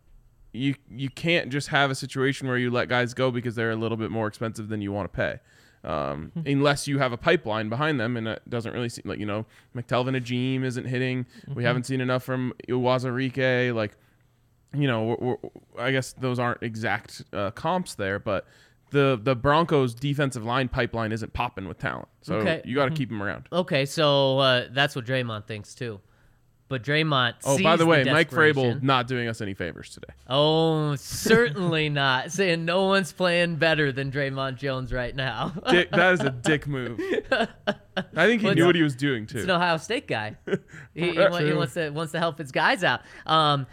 Speaker 2: you you can't just have a situation where you let guys go because they're a little bit more expensive than you want to pay. Um,
Speaker 3: Hmm.
Speaker 2: unless you have a pipeline behind them, and it doesn't really seem like you know McTelvin Ajim isn't hitting.
Speaker 3: Mm-hmm.
Speaker 2: We haven't seen enough from Iwazarike. Like you know, we're, we're, I guess those aren't exact uh, comps there, but the the Broncos' defensive line pipeline isn't popping with talent, so
Speaker 3: Okay. Mm-hmm.
Speaker 2: you got to keep them around.
Speaker 3: Okay, so uh, that's what Draymond thinks too. But Draymond.
Speaker 2: Oh,
Speaker 3: sees
Speaker 2: by the way, Mike
Speaker 3: desperation.
Speaker 2: Frabel not doing us any favors today.
Speaker 3: Oh, certainly not. Saying no one's playing better than Draymond Jones right now.
Speaker 2: Dick, that is a dick move. I think he knew what he was doing too.
Speaker 3: He's an Ohio State guy. He, he,
Speaker 2: That
Speaker 3: wa- he
Speaker 2: too.
Speaker 3: wants to wants to help his guys out. Um,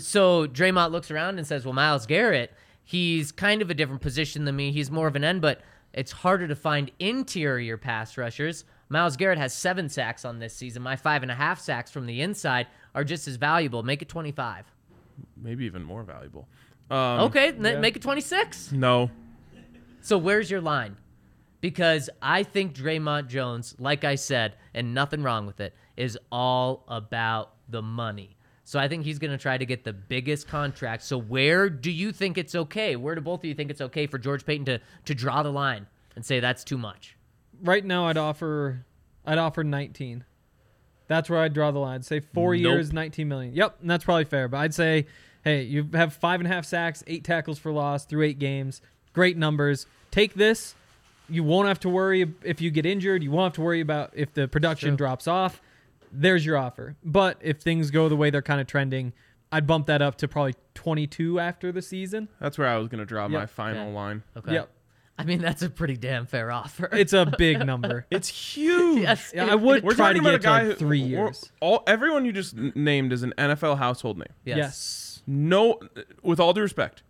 Speaker 3: so Draymond looks around and says, "Well, Miles Garrett, he's kind of a different position than me. He's more of an end, but it's harder to find interior pass rushers." Miles Garrett has seven sacks on this season. My five and a half sacks from the inside are just as valuable. Make it twenty-five.
Speaker 2: Maybe even more valuable. Um,
Speaker 3: okay, then make it twenty-six.
Speaker 2: No,
Speaker 3: So where's your line? Because I think Draymond Jones, like I said, and nothing wrong with it, is all about the money. So I think he's going to try to get the biggest contract. So where do you think it's okay? Where do both of you think it's okay for George Payton to to draw the line and say that's too much?
Speaker 4: Right now, I'd offer, I'd offer 19. That's where I'd draw the line. Say four
Speaker 2: Nope.
Speaker 4: years, 19 million. Yep, and that's probably fair. But I'd say, hey, you have five and a half sacks, eight tackles for loss through eight games. Great numbers. Take this. You won't have to worry if you get injured. You won't have to worry about if the production drops off. There's your offer. But if things go the way they're kind of trending, I'd bump that up to probably 22 after the season.
Speaker 2: that's where I was going to draw my
Speaker 4: Yep.
Speaker 2: final
Speaker 3: Okay.
Speaker 2: line.
Speaker 3: Okay.
Speaker 4: Yep.
Speaker 3: I mean, that's a pretty damn fair offer.
Speaker 4: It's a big number.
Speaker 2: It's huge.
Speaker 3: Yes.
Speaker 4: Yeah, I would
Speaker 2: We're
Speaker 4: try to
Speaker 2: talking about
Speaker 4: get
Speaker 2: a guy
Speaker 4: to
Speaker 2: who
Speaker 4: like three
Speaker 2: we're-
Speaker 4: years.
Speaker 2: All everyone you just n- named is an NFL household name.
Speaker 4: Yes.
Speaker 2: No, with all due respect,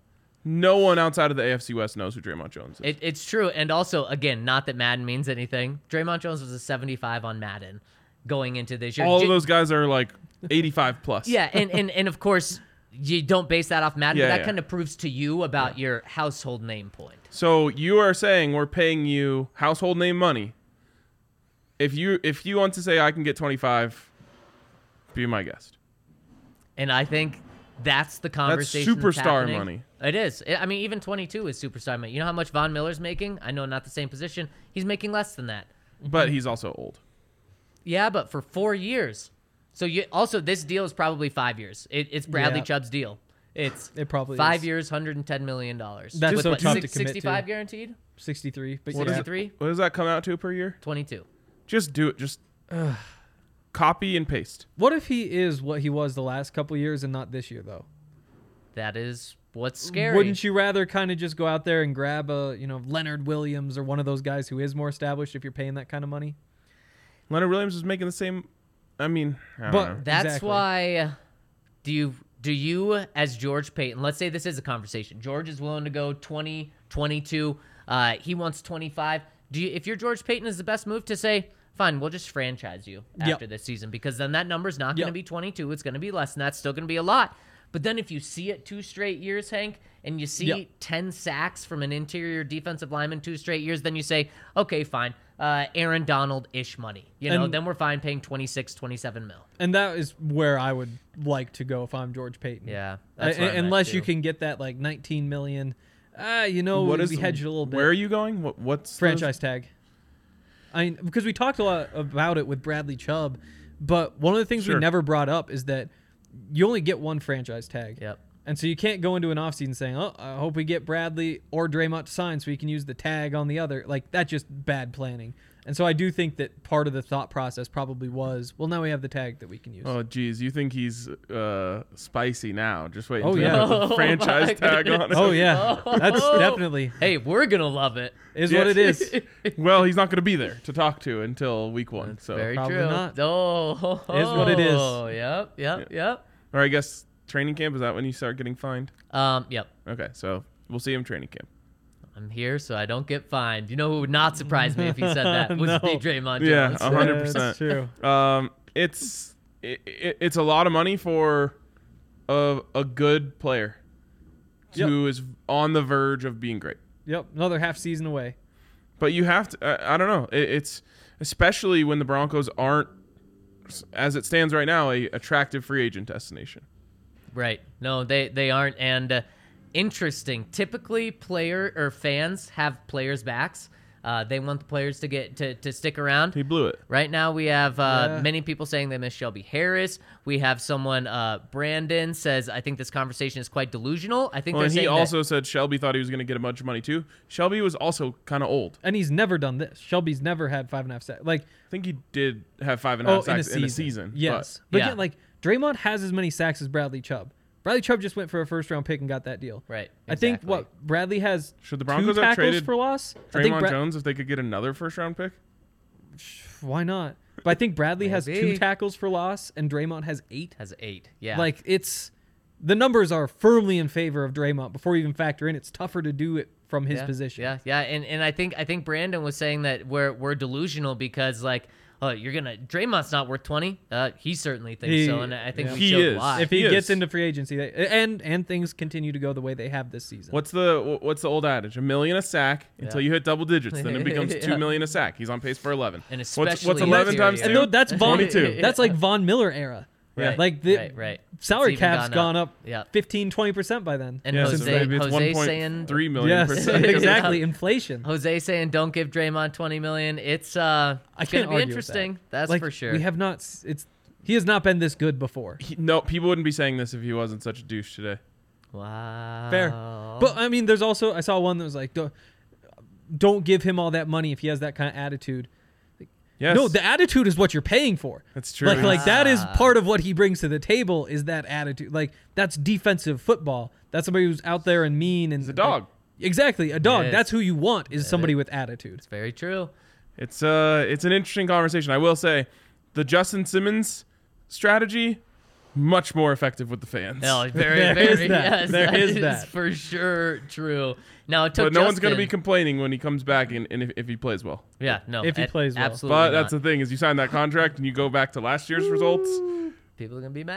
Speaker 2: no one outside of the AFC West knows who Draymond Jones is.
Speaker 3: It, it's true. And also, again, not that Madden means anything. Draymond Jones was a 75 on Madden going into this year.
Speaker 2: all
Speaker 3: J-
Speaker 2: of those guys are like 85 plus.
Speaker 3: Yeah, and and and of course you don't base that off Madden. but
Speaker 2: Yeah,
Speaker 3: that
Speaker 2: yeah.
Speaker 3: kind of proves to you about your household name point.
Speaker 2: So you are saying we're paying you household name money. If you if you want to say I can get 25, be my guest.
Speaker 3: And I think that's the conversation.
Speaker 2: superstar
Speaker 3: happening.
Speaker 2: money.
Speaker 3: It is. I I mean, even 22 is superstar money. You know how much Von Miller's making? I know not the same position. He's making less than that.
Speaker 2: But he's also old.
Speaker 3: Yeah, but for four years. So you also this deal is probably five years. It, it's Bradley
Speaker 4: Yeah.
Speaker 3: Chubb's deal. It's
Speaker 4: It probably
Speaker 3: five
Speaker 4: is.
Speaker 3: years, 110 million dollars.
Speaker 4: That's so tough to commit to.
Speaker 3: 65 guaranteed.
Speaker 4: 63. But
Speaker 3: What
Speaker 4: yeah.
Speaker 3: is it? Three?
Speaker 2: What does that come out to per year?
Speaker 3: 22.
Speaker 2: Just do it. Just copy and paste.
Speaker 4: What if he is what he was the last couple years and not this year though?
Speaker 3: That is what's scary.
Speaker 4: Wouldn't you rather kind of just go out there and grab a you know Leonard Williams or one of those guys who is more established if you're paying that kind of money?
Speaker 2: Leonard Williams is making the same. I mean, I
Speaker 4: But-
Speaker 2: don't know.
Speaker 3: That's
Speaker 4: Exactly.
Speaker 3: why. Do you do you as George Payton? Let's say this is a conversation. George is willing to go 20, 22. Uh, he wants 25. Do you, if you're George Payton, is the best move to say, fine, we'll just franchise you
Speaker 4: Yep.
Speaker 3: after this season because then that number's not going to
Speaker 4: Yep.
Speaker 3: be 22. It's going to be less, and that's still going to be a lot. But then if you see it two straight years, Hank, and you see
Speaker 4: Yep.
Speaker 3: 10 sacks from an interior defensive lineman two straight years, then you say, okay, fine. Uh, Aaron Donald ish money. You know,
Speaker 4: And-
Speaker 3: then we're fine paying 26, 27 mil.
Speaker 4: And that is where I would like to go if I'm George Payton.
Speaker 3: Yeah,
Speaker 4: I,
Speaker 3: that's where I'm at,
Speaker 4: unless you
Speaker 3: too.
Speaker 4: can get that like 19 million. Ah, you know,
Speaker 2: What
Speaker 4: we
Speaker 2: is
Speaker 4: hedged a little bit.
Speaker 2: Where are you going? What what's the-
Speaker 4: franchise tag. I mean, because we talked a lot about it with Bradley Chubb, but one of the things
Speaker 2: Sure.
Speaker 4: we never brought up is that you only get one franchise tag.
Speaker 3: Yep.
Speaker 4: And so you can't go into an offseason saying, "Oh, I hope we get Bradley or Draymond to sign, so we can use the tag on the other." Like that's just bad planning. And so I do think that part of the thought process probably was, "Well, now we have the tag that we can use."
Speaker 2: Oh geez, you think he's uh, spicy now? Just wait
Speaker 4: Oh,
Speaker 2: until you
Speaker 4: yeah.
Speaker 2: put the
Speaker 3: Oh, my
Speaker 2: franchise tag on.
Speaker 4: Oh
Speaker 2: it.
Speaker 4: yeah, that's
Speaker 2: Oh.
Speaker 4: definitely
Speaker 3: Hey, we're going to love it.
Speaker 4: is
Speaker 2: Yeah.
Speaker 4: what it is. Is
Speaker 2: Well, he's not going to be there to talk to until week one. so,
Speaker 3: Very
Speaker 4: probably
Speaker 3: true.
Speaker 4: not.
Speaker 3: Oh,
Speaker 4: what it is.
Speaker 3: Yep, yep, yep.
Speaker 2: or I guess training camp is that when you start getting fined?
Speaker 3: Um, yep.
Speaker 2: Okay, so we'll see him training camp.
Speaker 3: I'm here so I don't get fined. You know who would not surprise me if he said that was
Speaker 4: No.
Speaker 3: be Draymond
Speaker 2: Yeah,
Speaker 3: Jones.
Speaker 2: a hundred percent.
Speaker 4: That's true.
Speaker 2: Um, it's it, it, it's a lot of money for a a good player
Speaker 4: Yep.
Speaker 2: who is on the verge of being great.
Speaker 4: Yep, another half season away.
Speaker 2: But you have to. I, I don't know. It, it's especially when the Broncos aren't, as it stands right now, a attractive free agent destination.
Speaker 3: Right. No, they they aren't. And uh, interesting. Typically, player or fans have players' backs. Uh, they want the players to get to, to stick around.
Speaker 2: He blew it.
Speaker 3: Right now, we have uh,
Speaker 4: Yeah.
Speaker 3: many people saying they miss Shelby Harris. We have someone, uh, Brandon says, I think this conversation is quite delusional. I think
Speaker 2: Well,
Speaker 3: they're
Speaker 2: and he
Speaker 3: saying that-
Speaker 2: also said Shelby thought he was going to get a bunch of money too. Shelby was also kind of old.
Speaker 4: And he's never done this. Shelby's never had five and a half sacks. Like oh,
Speaker 2: I think he did have five and a half sacks in a season. but-
Speaker 4: Yes, but,
Speaker 3: Yeah.
Speaker 4: yet, like Draymond has as many sacks as Bradley Chubb. Bradley Chubb just went for a first round pick and got that deal.
Speaker 3: Right,
Speaker 4: I think
Speaker 3: exactly.
Speaker 4: what Bradley has
Speaker 2: Should the Broncos
Speaker 4: two
Speaker 2: have
Speaker 4: tackles
Speaker 2: traded
Speaker 4: for loss. I think
Speaker 2: Draymond
Speaker 4: Bra-
Speaker 2: Jones, if they could get another first round pick,
Speaker 4: Why not? But I think Bradley has two
Speaker 3: Maybe.
Speaker 4: tackles for loss and Draymond has eight.
Speaker 3: has eight. Yeah.
Speaker 4: Like it's the numbers are firmly in favor of Draymond before you even factor in it's tougher to do it from his
Speaker 3: yeah,
Speaker 4: position.
Speaker 3: Yeah, yeah, and and I think I think Brandon was saying that we're we're delusional because like, oh, you're gonna Draymond's not worth twenty. Uh, he certainly thinks
Speaker 4: He-
Speaker 3: so, and I think
Speaker 4: yeah.
Speaker 3: we
Speaker 2: He
Speaker 3: showed
Speaker 2: is.
Speaker 3: why.
Speaker 4: If he,
Speaker 2: He
Speaker 4: gets
Speaker 2: is.
Speaker 4: into free agency they, and and things continue to go the way they have this season.
Speaker 2: what's the wh- what's the old adage? A million a sack until
Speaker 3: Yeah.
Speaker 2: you hit double digits, then it becomes
Speaker 3: Yeah.
Speaker 2: two million a sack. He's on pace for eleven.
Speaker 3: And
Speaker 2: What's- what's
Speaker 3: especially in
Speaker 2: eleven
Speaker 3: this
Speaker 2: times
Speaker 3: area.
Speaker 2: two?
Speaker 4: And though that's Von,
Speaker 3: 22.
Speaker 4: that's like Von Miller era.
Speaker 3: Right,
Speaker 4: Like the
Speaker 3: right, right.
Speaker 4: salary
Speaker 3: It's even
Speaker 4: cap's gone
Speaker 3: gone up.
Speaker 4: up,
Speaker 3: Yeah.
Speaker 4: fifteen, twenty 15, 20% by then.
Speaker 3: and
Speaker 2: yeah, so
Speaker 3: Jose,
Speaker 2: maybe it's
Speaker 3: Jose
Speaker 2: one point
Speaker 3: saying
Speaker 2: three million
Speaker 4: yes,
Speaker 2: percent.
Speaker 4: exactly. Inflation.
Speaker 3: Jose saying don't give Draymond twenty million. It's uh,
Speaker 4: I
Speaker 3: it's gonna
Speaker 4: can't
Speaker 3: be
Speaker 4: argue with
Speaker 3: interesting.
Speaker 4: that.
Speaker 3: That's
Speaker 4: Like,
Speaker 3: for sure.
Speaker 4: We have not, s- it's, he has not been this good before.
Speaker 2: He- no, people wouldn't be saying this if he wasn't such a douche today.
Speaker 3: wow.
Speaker 4: Fair. But I mean, there's also, I saw one that was like, don't, don't give him all that money if he has that kind of attitude.
Speaker 2: Yes.
Speaker 4: No, the attitude is what you're paying for.
Speaker 2: That's true.
Speaker 4: Like, like that
Speaker 3: Ah.
Speaker 4: is part of what he brings to the table is that attitude. Like that's defensive football. That's somebody who's out there and mean and
Speaker 2: a dog.
Speaker 4: exactly, a dog.
Speaker 3: Yes.
Speaker 4: That's who you want is somebody with attitude.
Speaker 3: Very true.
Speaker 2: It's uh it's an interesting conversation. I will say the Justin Simmons strategy much more effective with the fans.
Speaker 3: No, very,
Speaker 4: There
Speaker 3: very,
Speaker 4: is that.
Speaker 3: yes,
Speaker 4: There
Speaker 3: that
Speaker 4: is
Speaker 3: is
Speaker 4: that.
Speaker 3: for sure true. Now it took,
Speaker 2: but no one's going to be
Speaker 3: Justin-
Speaker 2: complaining when he comes back and, and if, if he plays well.
Speaker 3: yeah, no,
Speaker 4: if he
Speaker 3: a-
Speaker 4: plays well.
Speaker 3: absolutely.
Speaker 2: But
Speaker 3: not.
Speaker 2: that's the thing is you sign that contract and you go back to last year's results.
Speaker 3: People are gonna be
Speaker 2: They're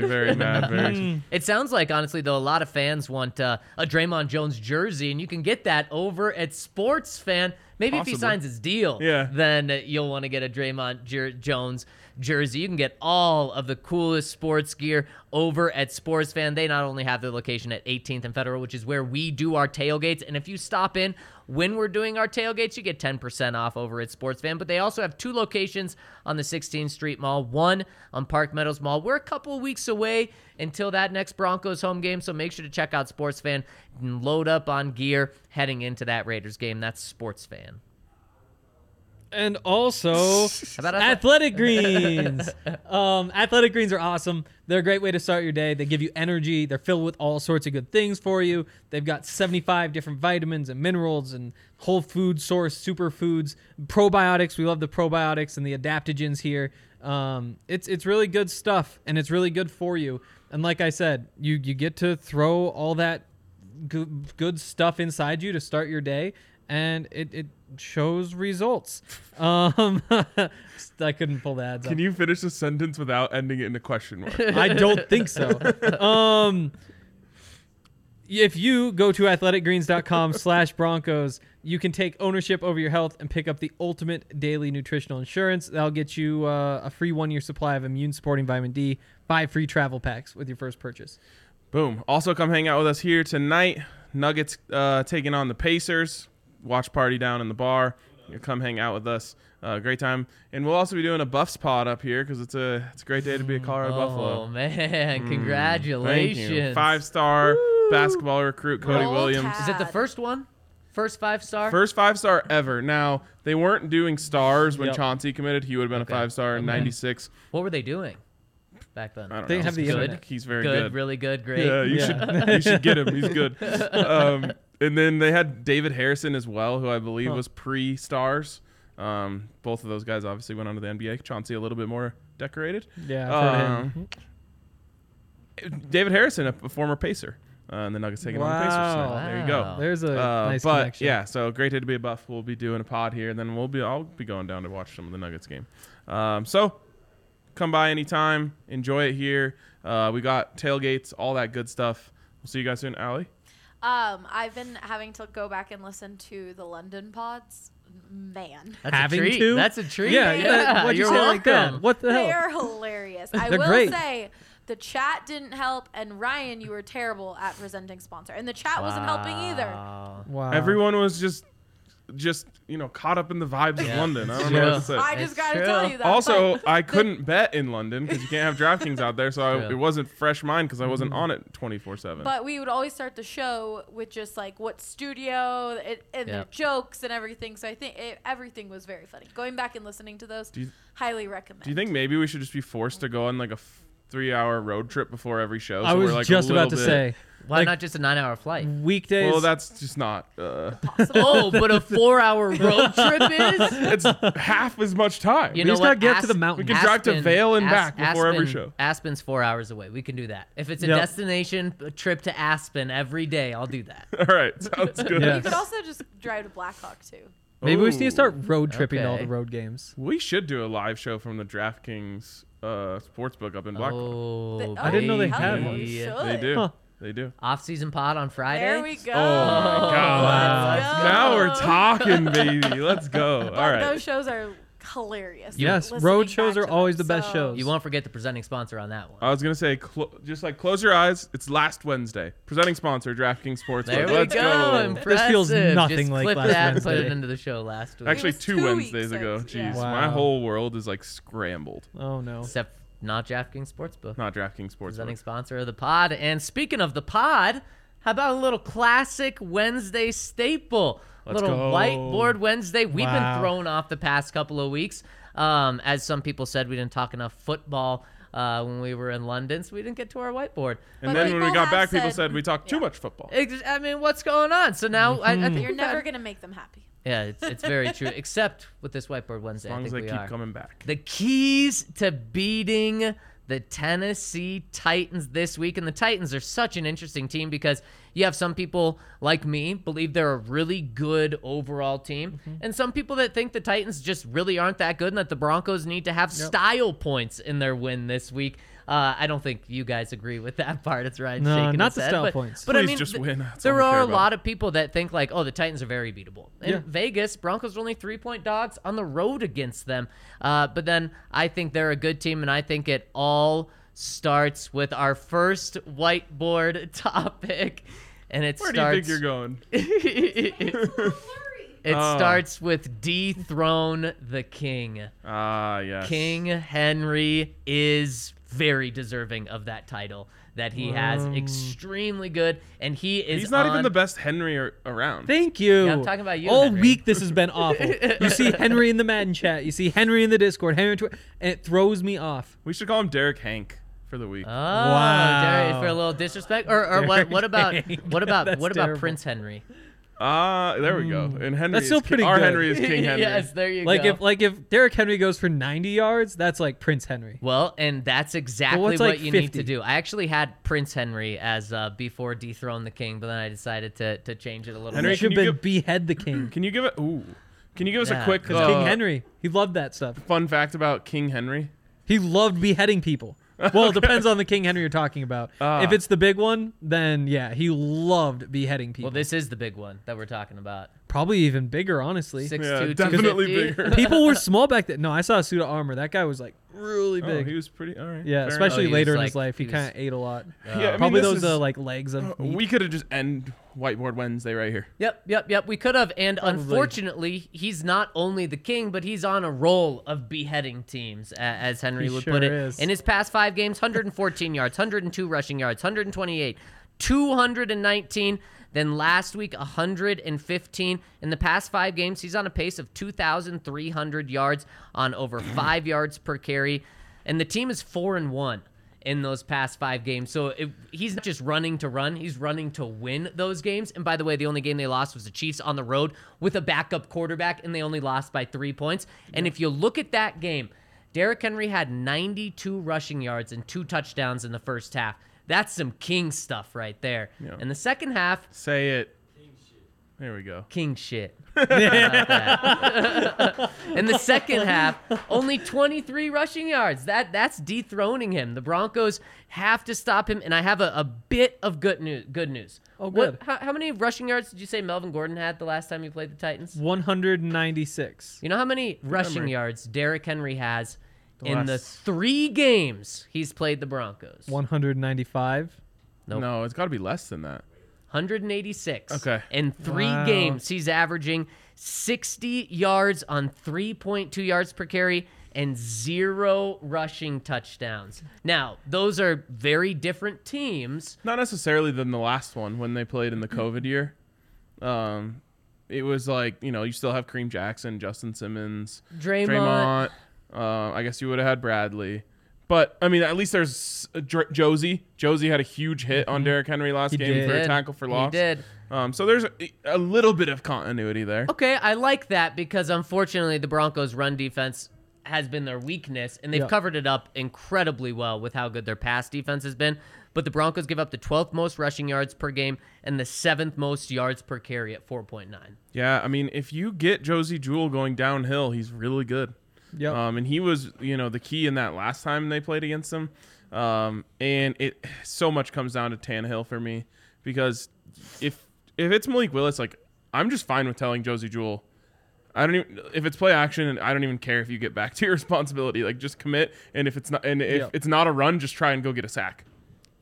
Speaker 2: going to be very mad. Very,
Speaker 3: it sounds like honestly though a lot of fans want uh, a Draymond Jones jersey, and you can get that over at Sports Fan. Maybe if he
Speaker 2: Possibly.
Speaker 3: signs his deal,
Speaker 2: Yeah.
Speaker 3: then uh, you'll want to get a Draymond Jer- Jones jersey. You can get all of the coolest sports gear over at Sports Fan. They not only have their location at 18th and Federal, which is where we do our tailgates, and if you stop in when we're doing our tailgates, you get 10% off over at Sports Fan. But they also have two locations on the 16th Street Mall, one on Park Meadows Mall. We're a couple weeks away until that next Broncos home game, so make sure to check out Sports Fan and load up on gear heading into that Raiders game. That's Sports Fan.
Speaker 4: And also
Speaker 3: about
Speaker 4: athletic greens. Um, athletic greens are awesome. They're a great way to start your day. They give you energy. They're filled with all sorts of good things for you. They've got 75 different vitamins and minerals and whole food source superfoods, probiotics. We love the probiotics and the adaptogens here. Um, it's it's really good stuff and it's really good for you. And like I said, you you get to throw all that good, good stuff inside you to start your day, and it, it shows results. Um, I couldn't pull the ads.
Speaker 2: can
Speaker 4: up.
Speaker 2: you finish a sentence without ending it in a question mark?
Speaker 4: I don't think so. Um, if you go to athleticgreens.com slash broncos you can take ownership over your health and pick up the ultimate daily nutritional insurance that'll get you uh, a free one-year supply of immune supporting vitamin d five free travel packs with your first purchase
Speaker 2: Boom. Also, come hang out with us here tonight. Nuggets uh, taking on the Pacers. Watch party down in the bar. You come hang out with us. Uh, great time. And we'll also be doing a Buffs pod up here because it's a it's a great day to be a Colorado
Speaker 3: Oh
Speaker 2: Buffalo. Hmm.
Speaker 3: man,
Speaker 2: Thank
Speaker 3: congratulations!
Speaker 2: you. Five star basketball recruit Cody
Speaker 5: Roll
Speaker 2: Williams.
Speaker 5: Tide.
Speaker 3: Is it the first one? First five star.
Speaker 2: First five star ever. Now they weren't doing stars when
Speaker 4: Yep.
Speaker 2: Chauncey committed. He would have been a five star in '96.
Speaker 3: What were they doing back then?
Speaker 2: I don't
Speaker 4: They
Speaker 2: know.
Speaker 4: have the
Speaker 2: He's
Speaker 4: internet.
Speaker 2: He's very
Speaker 3: good,
Speaker 2: good.
Speaker 3: really good, great.
Speaker 2: Yeah, you should you should get him. He's good. Um, and then they had David Harrison as well, who I believe was pre Stars. Um, both of those guys obviously went on to the NBA. Chauncey a little bit more decorated.
Speaker 4: Yeah, I've heard of
Speaker 2: Um, David Harrison, a, a former Pacer, uh, and the Nuggets taking on the Pacers.
Speaker 4: Wow.
Speaker 2: tonight. There you go.
Speaker 3: Wow.
Speaker 4: Oh. there's a
Speaker 2: Uh,
Speaker 4: nice
Speaker 2: but
Speaker 4: connection
Speaker 2: yeah, so great day to be a buff. We'll be doing a pod here, and then we'll be I'll be going down to watch some of the Nuggets game. Um, so come by anytime, enjoy it here. Uh, we got tailgates, all that good stuff. We'll see you guys soon, Allie.
Speaker 5: Um, I've been having to go back and listen to the London pods. Man,
Speaker 3: That's
Speaker 4: Having
Speaker 3: a treat.
Speaker 4: to?
Speaker 3: That's a treat.
Speaker 4: yeah,
Speaker 5: Yeah,
Speaker 4: that- what'd you
Speaker 3: you're
Speaker 4: say
Speaker 3: welcome.
Speaker 4: like
Speaker 2: uh,
Speaker 4: that what the hell
Speaker 5: they're hilarious. I
Speaker 4: They're
Speaker 5: will
Speaker 4: great.
Speaker 5: say the chat didn't help, and Ryan, you were terrible at presenting sponsor, and the chat wasn't helping either.
Speaker 3: Wow.
Speaker 4: wow
Speaker 2: Everyone was just just you know caught up in the vibes of
Speaker 3: Yeah.
Speaker 2: London. I don't
Speaker 3: Yeah.
Speaker 2: know what to say.
Speaker 5: I just
Speaker 3: It's
Speaker 5: gotta
Speaker 3: true.
Speaker 5: tell you that.
Speaker 2: also,
Speaker 5: but
Speaker 2: I couldn't bet in London because you can't have DraftKings out there, so I,
Speaker 3: True.
Speaker 2: it wasn't fresh mine because I wasn't
Speaker 4: Mm-hmm.
Speaker 2: on it twenty four seven.
Speaker 5: But we would always start the show with just like what studio it, and
Speaker 3: Yeah.
Speaker 5: the jokes and everything. So I think it, everything was very funny. Going back and listening to those,
Speaker 2: you-
Speaker 5: highly recommend.
Speaker 2: Do you think maybe we should just be forced to go on like a f- three-hour road trip before every show?
Speaker 4: i
Speaker 2: so
Speaker 4: was
Speaker 2: we're, like, a
Speaker 4: just about to
Speaker 2: little bit-
Speaker 4: say
Speaker 3: Why
Speaker 4: Like-
Speaker 3: not just a nine-hour flight?
Speaker 4: weekdays
Speaker 2: Well, that's just not. Uh,
Speaker 3: oh, but a four-hour road trip is.
Speaker 2: it's half as much time.
Speaker 3: You
Speaker 4: We
Speaker 3: know
Speaker 4: just
Speaker 3: what?
Speaker 4: gotta get to
Speaker 3: Asp-
Speaker 4: the mountain.
Speaker 2: We can drive to Vail and
Speaker 3: As-
Speaker 2: back before every
Speaker 3: Aspen-
Speaker 2: show.
Speaker 3: Aspen's four hours away. We can do that. If it's a
Speaker 4: Yep.
Speaker 3: destination p- trip to Aspen every day, I'll do that.
Speaker 2: All right, sounds good.
Speaker 4: Yeah.
Speaker 5: You could also just drive to Blackhawk too.
Speaker 4: maybe we just need to start road tripping all
Speaker 3: Okay.
Speaker 4: the road games
Speaker 2: We should do a live show from the DraftKings uh, sportsbook up in Blackpool.
Speaker 3: Oh,
Speaker 5: But-
Speaker 4: I didn't know they had
Speaker 5: hell,
Speaker 4: one.
Speaker 5: you
Speaker 3: baby.
Speaker 5: should.
Speaker 2: They do.
Speaker 4: Huh.
Speaker 2: They do.
Speaker 3: Off-season pod on Friday.
Speaker 5: There we go.
Speaker 2: Oh, my God!
Speaker 5: Let's go.
Speaker 2: Now we're talking, baby. Let's go. All
Speaker 5: But
Speaker 2: right.
Speaker 5: Those shows are hilarious.
Speaker 4: Yes,
Speaker 5: Listening
Speaker 4: road shows
Speaker 5: back
Speaker 4: are
Speaker 5: to
Speaker 4: always
Speaker 5: them,
Speaker 4: the best
Speaker 5: so-
Speaker 4: shows.
Speaker 3: You won't forget the presenting sponsor on that one.
Speaker 2: I was gonna say, clo- just like close your eyes. It's last Wednesday. Presenting sponsor, DraftKings Sportsbook.
Speaker 3: There we
Speaker 2: Let's
Speaker 3: go.
Speaker 4: This feels
Speaker 3: Impressive.
Speaker 4: nothing
Speaker 3: Just
Speaker 4: like
Speaker 3: clip
Speaker 4: last
Speaker 3: that and put
Speaker 4: Wednesday.
Speaker 3: it into the show last week.
Speaker 2: Actually,
Speaker 5: was
Speaker 2: two,
Speaker 5: two
Speaker 2: Wednesdays
Speaker 5: weeks
Speaker 2: ago.
Speaker 5: since-
Speaker 2: Jeez,
Speaker 5: yeah.
Speaker 2: my
Speaker 4: Wow.
Speaker 2: whole world is like scrambled.
Speaker 4: oh no
Speaker 3: except not DraftKings Sportsbook,
Speaker 2: Not DraftKings Sportsbook.
Speaker 3: presenting sponsor of the pod. And speaking of the pod, how about a little classic Wednesday staple?
Speaker 2: Let's
Speaker 3: little
Speaker 2: go.
Speaker 3: whiteboard Wednesday. We've
Speaker 4: Wow.
Speaker 3: been thrown off the past couple of weeks. Um, as some people said, we didn't talk enough football uh, when we were in London, so we didn't get to our whiteboard.
Speaker 2: And
Speaker 5: But
Speaker 2: then when we
Speaker 5: people
Speaker 2: got
Speaker 5: have
Speaker 2: back, people
Speaker 5: said-
Speaker 2: said we talked too much football.
Speaker 3: Ex- I mean, what's going on? So now I, I think
Speaker 5: You're
Speaker 3: we've
Speaker 5: never
Speaker 3: had-
Speaker 5: gonna make them happy.
Speaker 3: Yeah, it's, it's very true. Except with this whiteboard Wednesday,
Speaker 2: As long
Speaker 3: I
Speaker 2: as
Speaker 3: think
Speaker 2: they
Speaker 3: we
Speaker 2: keep
Speaker 3: are.
Speaker 2: coming back.
Speaker 3: The keys to beating the Tennessee Titans this week. And the Titans are such an interesting team because you have some people like me believe they're a really good overall team,
Speaker 2: Mm-hmm.
Speaker 3: and some people that think the Titans just really aren't that good and that the Broncos need to have style points in their win this week. Uh, I don't think you guys agree with that part. It's right.
Speaker 4: No,
Speaker 3: shaking
Speaker 4: not
Speaker 3: his
Speaker 4: the
Speaker 3: head,
Speaker 4: style
Speaker 3: but-
Speaker 4: points.
Speaker 3: But I
Speaker 2: Please
Speaker 3: mean,
Speaker 2: just
Speaker 3: th-
Speaker 2: win. That's all
Speaker 3: there
Speaker 2: we care
Speaker 3: are a
Speaker 2: about.
Speaker 3: lot of people that think like, oh, the Titans are very beatable. In
Speaker 4: Yeah.
Speaker 3: Vegas, Broncos are only three point dogs on the road against them. Uh, but then I think they're a good team, and I think it all starts with our first whiteboard topic, and it
Speaker 2: Where do you
Speaker 3: starts.
Speaker 2: think you're going?
Speaker 3: it
Speaker 2: Oh.
Speaker 3: starts with dethrone the king.
Speaker 2: Ah, yes.
Speaker 3: King Henry is very deserving of that title that he has. Extremely good, and he is.
Speaker 2: Um. He's not
Speaker 3: on-
Speaker 2: even the best Henry ar- around.
Speaker 4: Thank you.
Speaker 3: Yeah, I'm talking about you,
Speaker 4: All
Speaker 3: Henry.
Speaker 4: week, this has been awful. you see Henry in the Madden chat. You see Henry in the Discord. Henry, on Twitter, and it throws me off.
Speaker 2: we should call him Derek Hank for the week.
Speaker 3: Oh,
Speaker 4: Wow.
Speaker 3: Darius, for a little disrespect, or, or what? What about what about
Speaker 4: That's
Speaker 3: what about
Speaker 4: terrible.
Speaker 3: Prince Henry?
Speaker 2: Ah, there we go. And Henry
Speaker 4: That's
Speaker 2: is
Speaker 4: still
Speaker 2: ki-
Speaker 4: pretty
Speaker 2: Our
Speaker 4: good.
Speaker 2: Henry is King Henry.
Speaker 3: yes, there you
Speaker 4: Like
Speaker 3: go.
Speaker 4: if like if Derrick Henry goes for 90 yards, that's like Prince Henry.
Speaker 3: well, and that's exactly what
Speaker 4: what's, like,
Speaker 3: you need to
Speaker 4: 50?
Speaker 3: do. I actually had Prince Henry as uh, before dethrone the king, but then I decided to to change it a little.
Speaker 2: Henry
Speaker 4: He
Speaker 3: bit.
Speaker 4: should
Speaker 2: can you
Speaker 4: have been behead the king.
Speaker 2: Can you give it? Ooh. Can you give us
Speaker 3: Yeah,
Speaker 2: a quick
Speaker 3: 'cause
Speaker 2: uh,
Speaker 4: king Henry. He loved that stuff.
Speaker 2: fun fact about King Henry?
Speaker 4: He loved beheading people. Well, it depends on the King Henry you're talking about.
Speaker 3: Ah.
Speaker 4: if it's the big one, then yeah, he loved beheading people.
Speaker 3: Well, this is the big one that we're talking about.
Speaker 4: Probably even bigger, honestly.
Speaker 3: Six
Speaker 2: Yeah,
Speaker 3: two,
Speaker 2: definitely
Speaker 3: 250.
Speaker 2: bigger.
Speaker 4: People were small back then. No, I saw a suit of armor. That guy was like really
Speaker 2: Oh,
Speaker 4: big.
Speaker 2: he was pretty. All right.
Speaker 4: yeah,
Speaker 2: fair
Speaker 4: especially
Speaker 3: enough. Oh, he
Speaker 4: later
Speaker 3: was
Speaker 4: in his
Speaker 3: like-
Speaker 4: life, he,
Speaker 3: he was-
Speaker 4: kind of ate a lot.
Speaker 2: enough. Yeah, I mean,
Speaker 4: Probably
Speaker 2: this
Speaker 4: those uh,
Speaker 2: is-
Speaker 4: like legs of meat.
Speaker 2: We could have just end Whiteboard Wednesday right here.
Speaker 3: Yep, yep, yep. We could have, and unfortunately, he's not only the king, but he's on a roll of beheading teams, a- as Henry
Speaker 4: He
Speaker 3: would
Speaker 4: sure
Speaker 3: put it.
Speaker 4: is.
Speaker 3: In his past five games, 114 yards, 102 rushing yards, 128, 219. Then last week, 115. In the past five games, he's on a pace of 2,300 yards on over five yards per carry, and the team is four and one in those past five games. So it, he's not just running to run; he's running to win those games. And by the way, the only game they lost was the Chiefs on the road with a backup quarterback, and they only lost by three points. And if you look at that game, Derrick Henry had 92 rushing yards and two touchdowns in the first half. That's some king stuff right there. And the second half,
Speaker 2: Say it. There we go.
Speaker 3: king shit. How about that? In the second half, only 23 rushing yards. That that's dethroning him. The Broncos have to stop him, and I have a, a bit of good news. Good news.
Speaker 4: Oh, good.
Speaker 3: how, how many rushing yards did you say Melvin Gordon had the last time he played the Titans?
Speaker 4: 196.
Speaker 3: You know how many rushing yards Derrick Henry has in the
Speaker 2: last-
Speaker 3: three games he's played the Broncos?
Speaker 4: 195.
Speaker 3: Nope.
Speaker 2: No, it's got to be less than that.
Speaker 3: 186.
Speaker 2: Okay.
Speaker 3: In three
Speaker 4: Wow.
Speaker 3: games, he's averaging 60 yards on 3.2 yards per carry and zero rushing touchdowns. Now, those are very different teams.
Speaker 2: Not necessarily than the last one when they played in
Speaker 3: Mm-hmm.
Speaker 2: the COVID year. Um, it was like you know you still have Kareem Jackson, Justin Simmons,
Speaker 3: Draymond.
Speaker 2: Draymond. Uh, I guess you would have had Bradley, but I mean at least there's uh, Dr- Josie. Josie had a huge hit on Derrick Henry last game for
Speaker 4: did.
Speaker 2: a
Speaker 3: Mm-hmm. Did.
Speaker 2: tackle for
Speaker 3: He
Speaker 2: loss.
Speaker 3: did. Oh.
Speaker 2: Um, so there's a, a little bit of continuity there.
Speaker 3: Okay, I like that because unfortunately the Broncos' run defense has been their weakness, and they've
Speaker 4: Yeah.
Speaker 3: covered it up incredibly well with how good their pass defense has been. But the Broncos give up the 12th most rushing yards per game and the seventh most yards per carry at 4.9.
Speaker 2: Yeah, I mean if you get Josie Jewell going downhill, he's really good.
Speaker 4: Yep.
Speaker 2: Um, and he was, you know, the key in that last time they played against him. Um, and it so much comes down to Tannehill for me because if if it's Malik Willis, like I'm just fine with telling Josie Jewell, I don't even if it's play action, I don't even care if you get back to your responsibility. Like just commit, and if it's not and if
Speaker 4: Yeah.
Speaker 2: it's not a run, just try and go get a sack.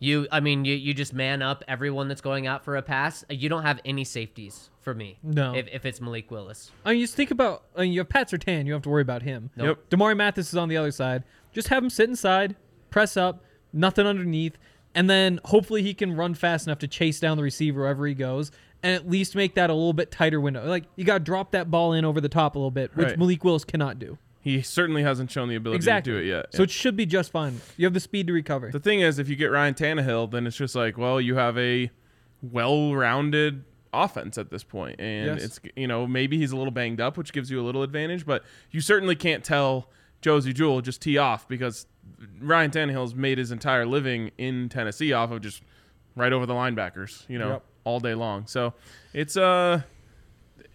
Speaker 3: You, I mean, you, you just man up everyone that's going out for a pass. You don't have any safeties for me.
Speaker 4: No.
Speaker 3: If, if it's Malik Willis.
Speaker 4: I mean, you just think about I mean, you have Pat Sertan. You don't have to worry about him.
Speaker 2: Yep.
Speaker 4: Damari Mathis is on the other side. Just have him sit inside, press up, nothing underneath, and then hopefully he can run fast enough to chase down the receiver wherever he goes and at least make that a little bit tighter window. Like, you got to drop that ball in over the top a little bit, which
Speaker 2: Right.
Speaker 4: Malik Willis cannot do.
Speaker 2: He certainly hasn't shown the ability
Speaker 4: Exactly.
Speaker 2: to do it yet.
Speaker 4: So it should be just fine. You have the speed to recover.
Speaker 2: The thing is, if you get Ryan Tannehill, then it's just like, well, you have a well-rounded offense at this point, and
Speaker 4: Yes.
Speaker 2: it's you know maybe he's a little banged up, which gives you a little advantage, but you certainly can't tell Josie Jewell just tee off because Ryan Tannehill's made his entire living in Tennessee off of just right over the linebackers, you know,
Speaker 4: Yep.
Speaker 2: all day long. So it's uh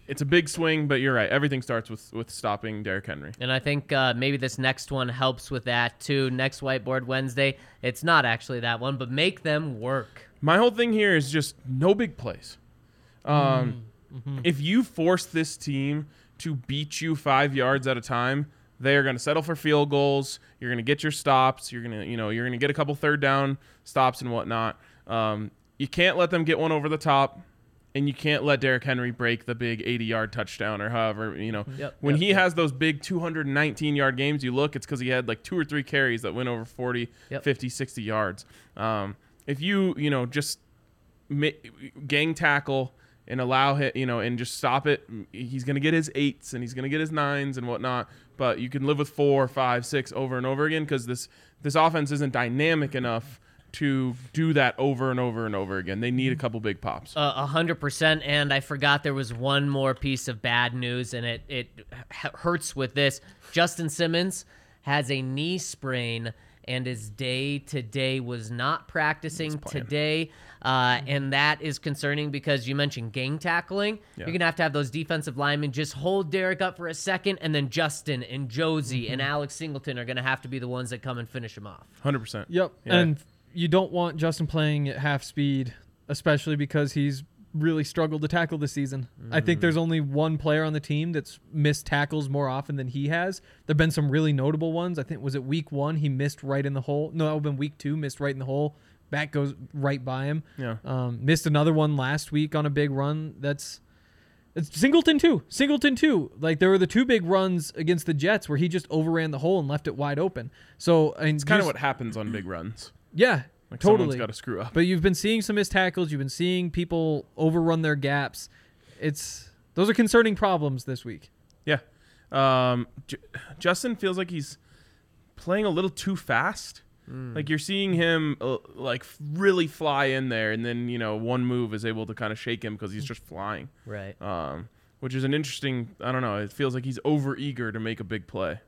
Speaker 2: it's a big swing, but you're right. Everything starts with with stopping Derrick Henry.
Speaker 3: And I think uh, maybe this next one helps with that too. Next Whiteboard Wednesday. It's not actually that one, but make them work.
Speaker 2: My whole thing here is just no big plays. Um,
Speaker 3: Mm-hmm.
Speaker 2: If you force this team to beat you five yards at a time, they are going to settle for field goals. You're going to get your stops. You're going to, you know, you're going to get a couple third down stops and whatnot. Um, you can't let them get one over the top, and you can't let Derrick Henry break the big 80 yard touchdown or however, you know.
Speaker 3: Yep,
Speaker 2: when
Speaker 3: yep,
Speaker 2: he has those big 219 yard games, you look, it's because he had like two or three carries that went over 40,
Speaker 3: Yep.
Speaker 2: 50, 60 yards. Um, if you, you know, just ma- gang tackle and allow him, you know, and just stop it. He's going to get his eights and he's going to get his nines and whatnot. But you can live with four, five, six over and over again because this this offense isn't dynamic enough to do that over and over and over again. They need a couple big pops.
Speaker 3: Uh, A hundred percent. And I forgot there was one more piece of bad news, and it it h- hurts with this. Justin Simmons has a knee sprain, and his day today was not practicing today. Uh, and that is concerning because you mentioned gang tackling. You're going to have to have those defensive linemen just hold Derek up for a second, and then Justin and Josie and Alex Singleton are going to have to be the ones that come and finish him off.
Speaker 2: Hundred percent.
Speaker 4: Yep. And you don't want Justin playing at half speed, especially because he's really struggled to tackle this season. I
Speaker 2: Mm.
Speaker 4: think there's only one player on the team that's missed tackles more often than he has. There've been some really notable ones. I think was it week 1 he missed right in the hole. No, that would've been week 2 missed right in the hole. Back goes right by him.
Speaker 2: Yeah.
Speaker 4: Um, missed another one last week on a big run. That's it's Singleton too. Singleton too. Like there were the two big runs against the Jets where he just overran the hole and left it wide open. So I mean,
Speaker 2: it's kind of what happens on big runs.
Speaker 4: yeah,
Speaker 2: Like
Speaker 4: totally.
Speaker 2: someone's got to screw up.
Speaker 4: But you've been seeing some missed tackles. You've been seeing people overrun their gaps. It's those are concerning problems this week.
Speaker 2: Yeah. Um, J- Justin feels like he's playing a little too fast.
Speaker 4: Hmm.
Speaker 2: Like you're seeing him uh, like really fly in there, and then you know one move is able to kind of shake him because he's just flying.
Speaker 3: Right.
Speaker 2: Um, which is an interesting. I don't know. It feels like he's over eager to make a big play.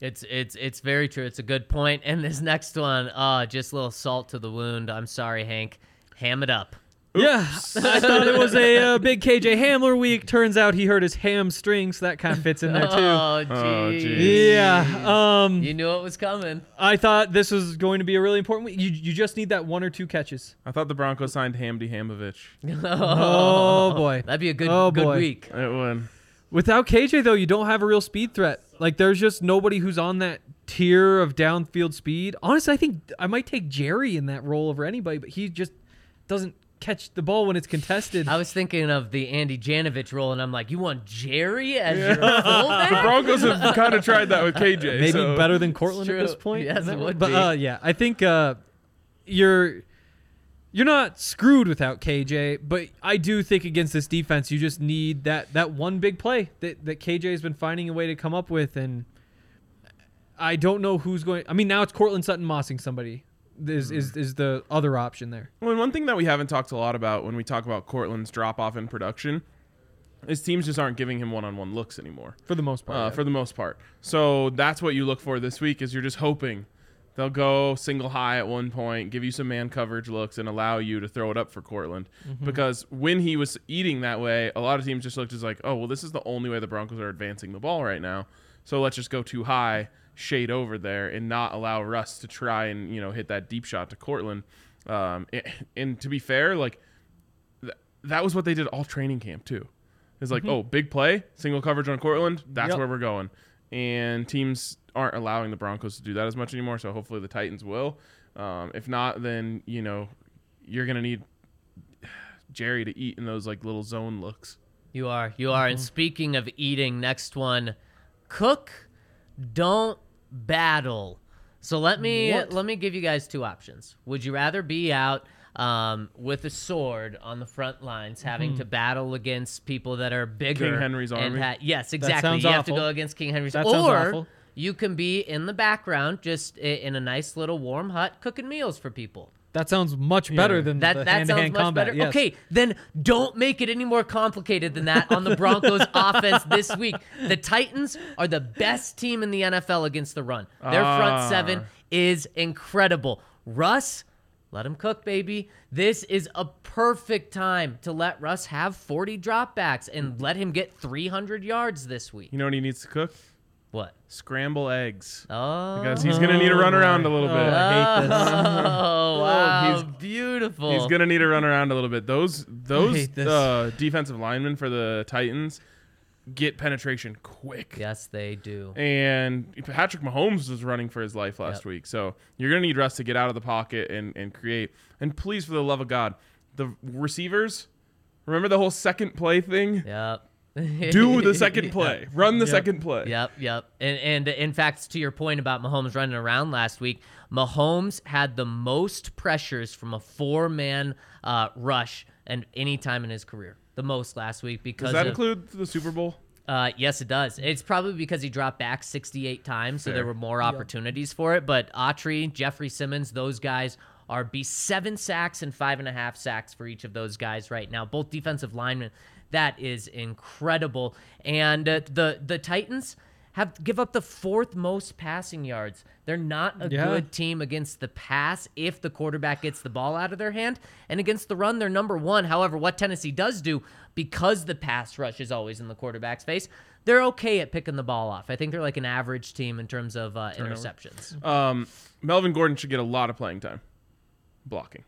Speaker 3: It's it's it's very true. It's a good point. And this next one, uh, just a little salt to the wound. I'm sorry, Hank. Ham it up.
Speaker 4: Yeah, I thought it was a uh, big KJ Hamler week. Turns out he hurt his hamstring, so that kind of fits in there too.
Speaker 3: Oh, geez.
Speaker 2: geez.
Speaker 4: Yeah, um,
Speaker 3: You knew it was coming.
Speaker 4: I thought this was going to be a really important week. You, you just need that one or two catches.
Speaker 2: I thought the Broncos signed Hamdi Hamovich.
Speaker 4: Oh, boy,
Speaker 3: That'd be a good
Speaker 4: Oh,
Speaker 3: good
Speaker 4: boy.
Speaker 3: week.
Speaker 2: It would.
Speaker 4: Without KJ though, you don't have a real speed threat. Like there's just nobody who's on that tier of downfield speed. Honestly, I think I might take Jerry in that role over anybody, but he just doesn't catch the ball when it's contested.
Speaker 3: I was thinking of the Andy Janovich role, and I'm like, you want Jerry as your fullback?
Speaker 2: The Broncos have kind of tried that with KJ.
Speaker 4: Maybe
Speaker 2: so-
Speaker 4: better than Cortland at
Speaker 3: true.
Speaker 4: this point.
Speaker 3: Yes, it would
Speaker 4: But
Speaker 3: be.
Speaker 4: uh, yeah, I think uh, you're you're not screwed without KJ, but I do think against this defense, you just need that that one big play that that KJ has been finding a way to come up with, and I don't know who's going. I mean, now it's Cortland Sutton mossing somebody. Is,
Speaker 3: Hmm.
Speaker 4: is is the other option there?
Speaker 2: Well, and one thing that we haven't talked a lot about when we talk about Cortland's drop off in production is teams just aren't giving him one on one looks anymore.
Speaker 4: For the most part,
Speaker 2: uh,
Speaker 4: yeah.
Speaker 2: for the most part. So that's what you look for this week is you're just hoping they'll go single high at one point, give you some man coverage looks, and allow you to throw it up for Cortland.
Speaker 4: Mm-hmm.
Speaker 2: Because when he was eating that way, a lot of teams just looked as like, oh well, this is the only way the Broncos are advancing the ball right now. So let's just go too high, shade over there, and not allow Russ to try and you know hit that deep shot to Cortland. Um, and, and to be fair, like that was what they did all training camp too. It's like, oh, big play, single coverage on Cortland. That's
Speaker 4: Mm-hmm. Yep.
Speaker 2: where we're going. And teams aren't allowing the Broncos to do that as much anymore. So hopefully the Titans will. Um, if not, then you know you're gonna need Jerry to eat in those like little zone looks.
Speaker 3: You are. You are.
Speaker 4: Mm-hmm.
Speaker 3: And speaking of eating, next one, cook, don't battle. So let me let me give you guys two options. Would you rather be out um, with a sword on the front lines, having
Speaker 4: Mm-hmm.
Speaker 3: to battle against people that are bigger?
Speaker 2: King Henry's
Speaker 3: and
Speaker 2: army?
Speaker 3: ha- yes, exactly.
Speaker 4: sounds
Speaker 3: you have to
Speaker 4: awful.
Speaker 3: go against King Henry's.
Speaker 4: That
Speaker 3: or
Speaker 4: sounds awful.
Speaker 3: you can be in the background, just i- in a nice little warm hut, cooking meals for people.
Speaker 4: That sounds much better than
Speaker 3: That
Speaker 4: the
Speaker 3: that sounds
Speaker 4: hand-to-hand
Speaker 3: much
Speaker 4: combat.
Speaker 3: better.
Speaker 4: yes.
Speaker 3: Okay, then don't make it any more complicated than that on the Broncos offense this week. The Titans are the best team in the NFL against the run. Their
Speaker 2: Ah.
Speaker 3: front seven is incredible. Russ, let him cook, baby. This is a perfect time to let Russ have 40 dropbacks and let him get 300 yards this week.
Speaker 2: You know what he needs to cook?
Speaker 3: What?
Speaker 2: Scramble eggs.
Speaker 3: Oh,
Speaker 2: Because he's gonna need a run around a little
Speaker 4: Oh,
Speaker 2: bit.
Speaker 4: I hate this.
Speaker 3: oh, wow.
Speaker 2: he's-
Speaker 3: beautiful.
Speaker 2: He's gonna need to run around a little bit. Those those
Speaker 4: hate this.
Speaker 2: uh, defensive linemen for the Titans get penetration quick.
Speaker 3: yes, they do.
Speaker 2: And Patrick Mahomes was running for his life last
Speaker 3: Yep.
Speaker 2: week. So you're going to need Russ to get out of the pocket and, and create. And please, for the love of God, the receivers, remember the whole second play thing?
Speaker 3: Yep.
Speaker 2: Do the second play, run the second play.
Speaker 3: Yep, yep. And and in fact, to your point about Mahomes running around last week, Mahomes had the most pressures from a four-man uh, rush and any time in his career. The most last week because
Speaker 2: Does that
Speaker 3: of,
Speaker 2: include the Super Bowl?
Speaker 3: uh, yes, it does. It's probably because he dropped back 68 times, so there were more opportunities for it. But Autry, Jeffrey Simmons, those guys are be seven sacks and five and a half sacks for each of those guys right now. Both defensive linemen. That is incredible. And uh, the the Titans have give up the fourth most passing yards. They're not a
Speaker 4: Yeah.
Speaker 3: good team against the pass if the quarterback gets the ball out of their hand. And against the run, they're number one. However, what Tennessee does do, because the pass rush is always in the quarterback's face, they're okay at picking the ball off. I think they're like an average team in terms of uh, interceptions.
Speaker 2: Um, Melvin Gordon should get a lot of playing time, blocking.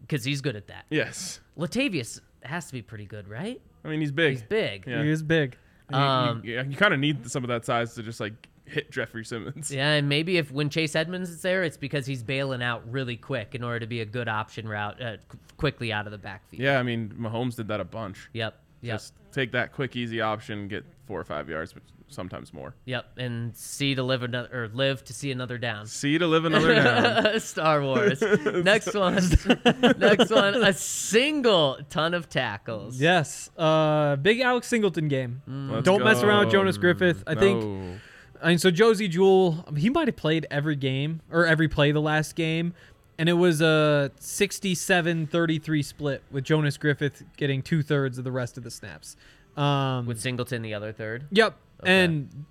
Speaker 3: Because he's good at that.
Speaker 2: Yes,
Speaker 3: Latavius has to be pretty good, right?
Speaker 2: I mean he's big.
Speaker 3: He's big. Um,
Speaker 2: Yeah.
Speaker 4: He is big.
Speaker 2: You- you, yeah, you kind of need some of that size to just like hit Jeffrey Simmons.
Speaker 3: Yeah, and maybe if when Chase Edmonds is there, it's because he's bailing out really quick in order to be a good option route uh, qu- quickly out of the backfield.
Speaker 2: Yeah, I mean Mahomes did that a bunch.
Speaker 3: Yep. Yep.
Speaker 2: Just take that quick, easy option, get four or five yards, but sometimes more.
Speaker 3: Yep. And see to live another or live to see another down.
Speaker 2: See to live another down.
Speaker 3: Star Wars. Next one. Next one. A single ton of tackles.
Speaker 4: Yes. Uh, big Alex Singleton game. Don't mess around with Jonas Griffith. I think. I mean, so Josie Jewell, he might have played every game or every play the last game. And it was a 67 33 split with Jonas Griffith getting two thirds of the rest of the snaps. Um,
Speaker 3: With Singleton the other third.
Speaker 4: Yep. And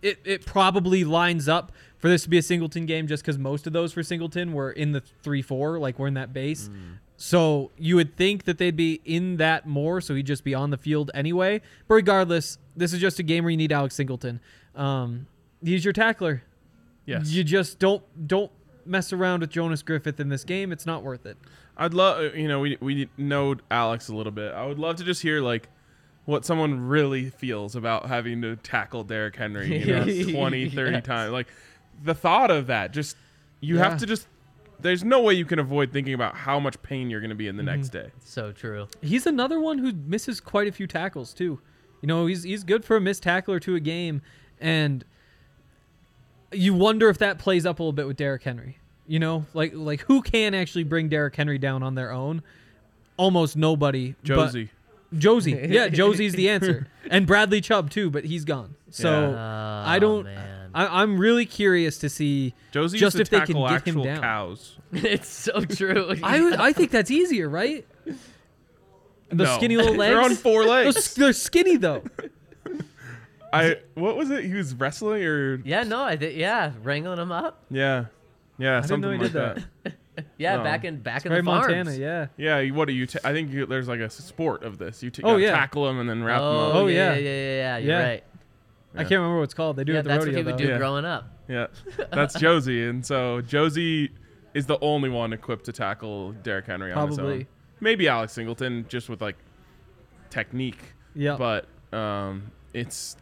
Speaker 4: it, it probably lines up for this to be a Singleton game just because most of those for Singleton were in the 3 4, like we're in that base. So you would think that they'd be in that more, so he'd just be on the field anyway. But regardless, this is just a game where you need Alex Singleton. Um, he's your tackler.
Speaker 2: Yes.
Speaker 4: You just don't don't mess around with Jonas Griffith in this game. It's not worth it.
Speaker 2: I'd love, you know, we we know Alex a little bit. I would love to just hear like what someone really feels about having to tackle Derrick Henry, you know, 20, 30
Speaker 3: Yes.
Speaker 2: times. Like the thought of that, just you
Speaker 4: Yeah.
Speaker 2: have to just. There's no way you can avoid thinking about how much pain you're going to be in the next
Speaker 4: Mm-hmm.
Speaker 2: day.
Speaker 3: So true.
Speaker 4: He's another one who misses quite a few tackles too. You know, he's he's good for a missed tackle or two a game, and you wonder if that plays up a little bit with Derrick Henry. You know, like like who can actually bring Derrick Henry down on their own? Almost nobody. but-
Speaker 2: Josie,
Speaker 4: Josie. Yeah, Josie's the answer. And Bradley Chubb too, but he's gone. So
Speaker 3: Yeah.
Speaker 4: I
Speaker 3: Oh,
Speaker 4: don't.
Speaker 3: man.
Speaker 4: I, I'm really curious to see
Speaker 2: Josie
Speaker 4: just if
Speaker 2: used to
Speaker 4: they can
Speaker 2: tackle
Speaker 4: get him
Speaker 2: actual
Speaker 4: down.
Speaker 2: cows.
Speaker 3: it's so true.
Speaker 4: I would- I think that's easier, right? The
Speaker 2: No.
Speaker 4: skinny little legs.
Speaker 2: They're on four
Speaker 4: Those-
Speaker 2: legs.
Speaker 4: They're skinny though.
Speaker 2: I what was it? He was wrestling or
Speaker 3: yeah, no, I think yeah, wrangling them up.
Speaker 2: yeah, yeah,
Speaker 4: didn't know
Speaker 2: something
Speaker 4: he
Speaker 2: like
Speaker 4: did that.
Speaker 2: that.
Speaker 3: Yeah,
Speaker 2: No.
Speaker 3: back in back in
Speaker 4: Very
Speaker 3: the farms.
Speaker 4: Montana, yeah.
Speaker 2: Yeah, you, what do you? ta- I think you, there's like a sport of this. You, t- you
Speaker 4: Oh,
Speaker 2: gotta
Speaker 4: yeah.
Speaker 2: tackle them and then wrap them up.
Speaker 3: Oh,
Speaker 4: Oh,
Speaker 3: yeah, yeah,
Speaker 4: yeah.
Speaker 3: yeah, yeah, yeah. You're
Speaker 4: Yeah.
Speaker 3: right.
Speaker 4: I can't remember what it's called. They do it
Speaker 3: Yeah,
Speaker 4: at the
Speaker 3: that's
Speaker 4: rodeo.
Speaker 3: what he would
Speaker 4: though.
Speaker 3: do
Speaker 2: Yeah.
Speaker 3: growing up.
Speaker 2: Yeah, that's Josie, and so Josie is the only one equipped to tackle Derrick Henry on his
Speaker 4: Probably.
Speaker 2: own. Maybe Alex Singleton, just with like technique.
Speaker 4: Yeah.
Speaker 2: But um, it's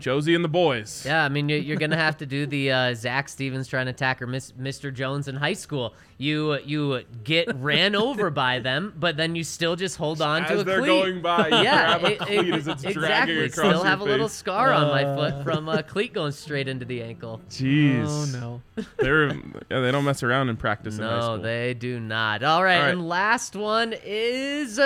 Speaker 2: Josie and the boys.
Speaker 3: Yeah, I mean, you're, you're gonna have to do the uh, Zach Stevens trying to tackle Miss, Mr. Jones in high school. You you get ran over by them, but then you still just hold on to
Speaker 2: As
Speaker 3: a
Speaker 2: they're
Speaker 3: cleat.
Speaker 2: going by, you
Speaker 3: yeah,
Speaker 2: grab a
Speaker 3: it-
Speaker 2: cleat
Speaker 3: it-
Speaker 2: as it's
Speaker 3: exactly.
Speaker 2: dragging across
Speaker 3: Still
Speaker 2: your
Speaker 3: have a little
Speaker 2: face.
Speaker 3: scar on my foot from a cleat going straight into the ankle.
Speaker 2: Jeez.
Speaker 4: Oh no.
Speaker 2: They're yeah, they don't mess around in practice in high
Speaker 3: No,
Speaker 2: school.
Speaker 3: they do not. All right,
Speaker 2: All right.
Speaker 3: and last one is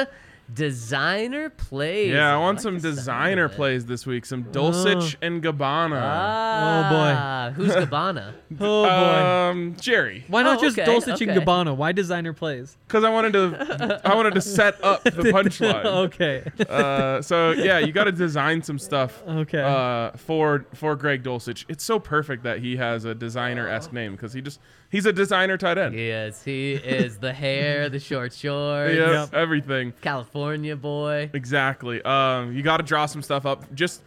Speaker 3: designer plays.
Speaker 2: yeah, I
Speaker 3: I
Speaker 2: want
Speaker 3: like
Speaker 2: some
Speaker 3: the sound
Speaker 2: designer
Speaker 3: of it.
Speaker 2: plays this week. Some Dulcich
Speaker 4: Oh.
Speaker 2: and Gabbana.
Speaker 3: Ah, who's Gabbana?
Speaker 4: Oh boy.
Speaker 2: Um, Jerry,
Speaker 4: Why not
Speaker 3: oh,
Speaker 4: just
Speaker 3: okay,
Speaker 4: Dulcich and
Speaker 3: okay.
Speaker 4: Gabbana? Why designer plays?
Speaker 2: because I wanted to, I wanted to set up the punchline.
Speaker 4: okay.
Speaker 2: Uh, so yeah, you got to design some stuff.
Speaker 4: Okay.
Speaker 2: Uh, for for Greg Dulcich, it's so perfect that he has a designer esque name because he just he's a designer tight end.
Speaker 3: Yes, he is the hair, the short shorts,
Speaker 2: Yeah,
Speaker 4: Yep.
Speaker 2: everything
Speaker 3: California boy.
Speaker 2: exactly. Um, you got to draw some stuff up. Just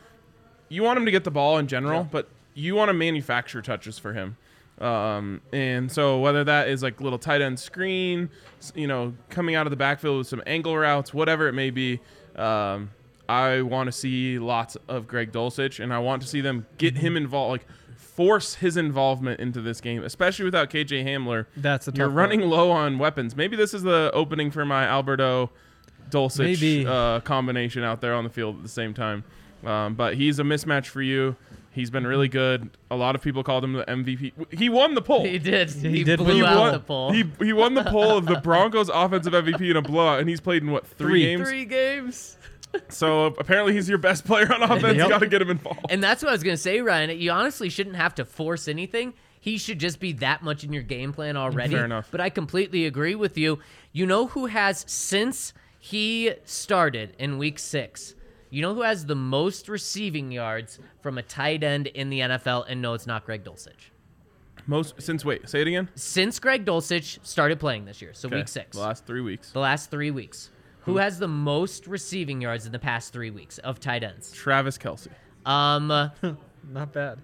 Speaker 2: you want him to get the ball in general, but you want to manufacture touches for him. Um, and so whether that is like little tight end screen, s- you know, coming out of the backfield with some angle routes, whatever it may be, um, I want to see lots of Greg Dulcich, and I want to see them get
Speaker 4: Mm-hmm.
Speaker 2: him involved, like force his involvement into this game, especially without KJ Hamler.
Speaker 4: That's a
Speaker 2: you're
Speaker 4: tough
Speaker 2: running low on weapons. Maybe this is the opening for my Alberto Dulcich
Speaker 4: Maybe.
Speaker 2: uh, combination out there on the field at the same time. Um, but he's a mismatch for you. He's been really good. A lot of people called him the MVP. He won the poll.
Speaker 3: He did. He,
Speaker 4: did
Speaker 3: blew
Speaker 4: win the
Speaker 3: out
Speaker 2: won
Speaker 3: the poll.
Speaker 2: He, he won the poll of the Broncos offensive MVP in a blowout, and he's played in what three,
Speaker 4: Three.
Speaker 2: games?
Speaker 3: Three games.
Speaker 2: So apparently he's your best player on offense.
Speaker 4: Yep.
Speaker 2: Got to get him involved.
Speaker 3: And that's what I was gonna say, Ryan. You honestly shouldn't have to force anything. He should just be that much in your game plan already.
Speaker 2: Fair enough.
Speaker 3: But I completely agree with you. You know who has since he started in week six You know who has the most receiving yards from a tight end in the NFL? And no, it's not Greg Dulcich.
Speaker 2: Most since wait, say it again.
Speaker 3: Since Greg Dulcich started playing this year, so
Speaker 2: Okay.
Speaker 3: week six,
Speaker 2: The last three weeks.
Speaker 3: the last three weeks,
Speaker 4: Hmm.
Speaker 3: who has the most receiving yards in the past three weeks of tight ends?
Speaker 2: Travis Kelsey.
Speaker 3: Um,
Speaker 4: Not bad.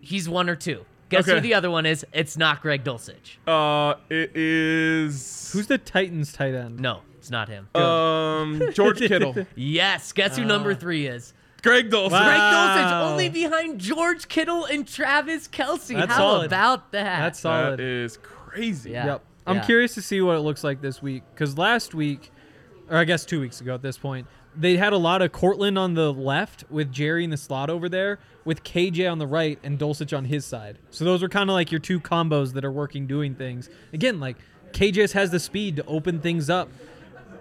Speaker 3: he's one or two. Guess who
Speaker 2: Okay.
Speaker 3: the other one is? It's not Greg Dulcich.
Speaker 2: Uh, it is
Speaker 4: Who's the Titans tight end?
Speaker 3: No, it's not him.
Speaker 2: um George Kittle,
Speaker 3: yes, guess who
Speaker 4: Oh.
Speaker 3: number three is?
Speaker 2: Greg Dulcich.
Speaker 4: Wow.
Speaker 3: Greg Dulcich,
Speaker 4: Wow.
Speaker 3: only behind George Kittle and Travis Kelsey.
Speaker 4: Oh. That's
Speaker 3: How
Speaker 4: solid.
Speaker 3: about that?
Speaker 4: That's
Speaker 2: That
Speaker 4: solid.
Speaker 2: is crazy.
Speaker 3: Yeah.
Speaker 4: Yep. I'm
Speaker 3: Yeah.
Speaker 4: curious to see what it looks like this week because last week, or I guess two weeks ago at this point, they had a lot of Cortland on the left with Jerry in the slot over there, with KJ on the right and Dulcich on his side. So those are kind of like your two combos that are working doing things. Again, like KJ just has the speed to open things up.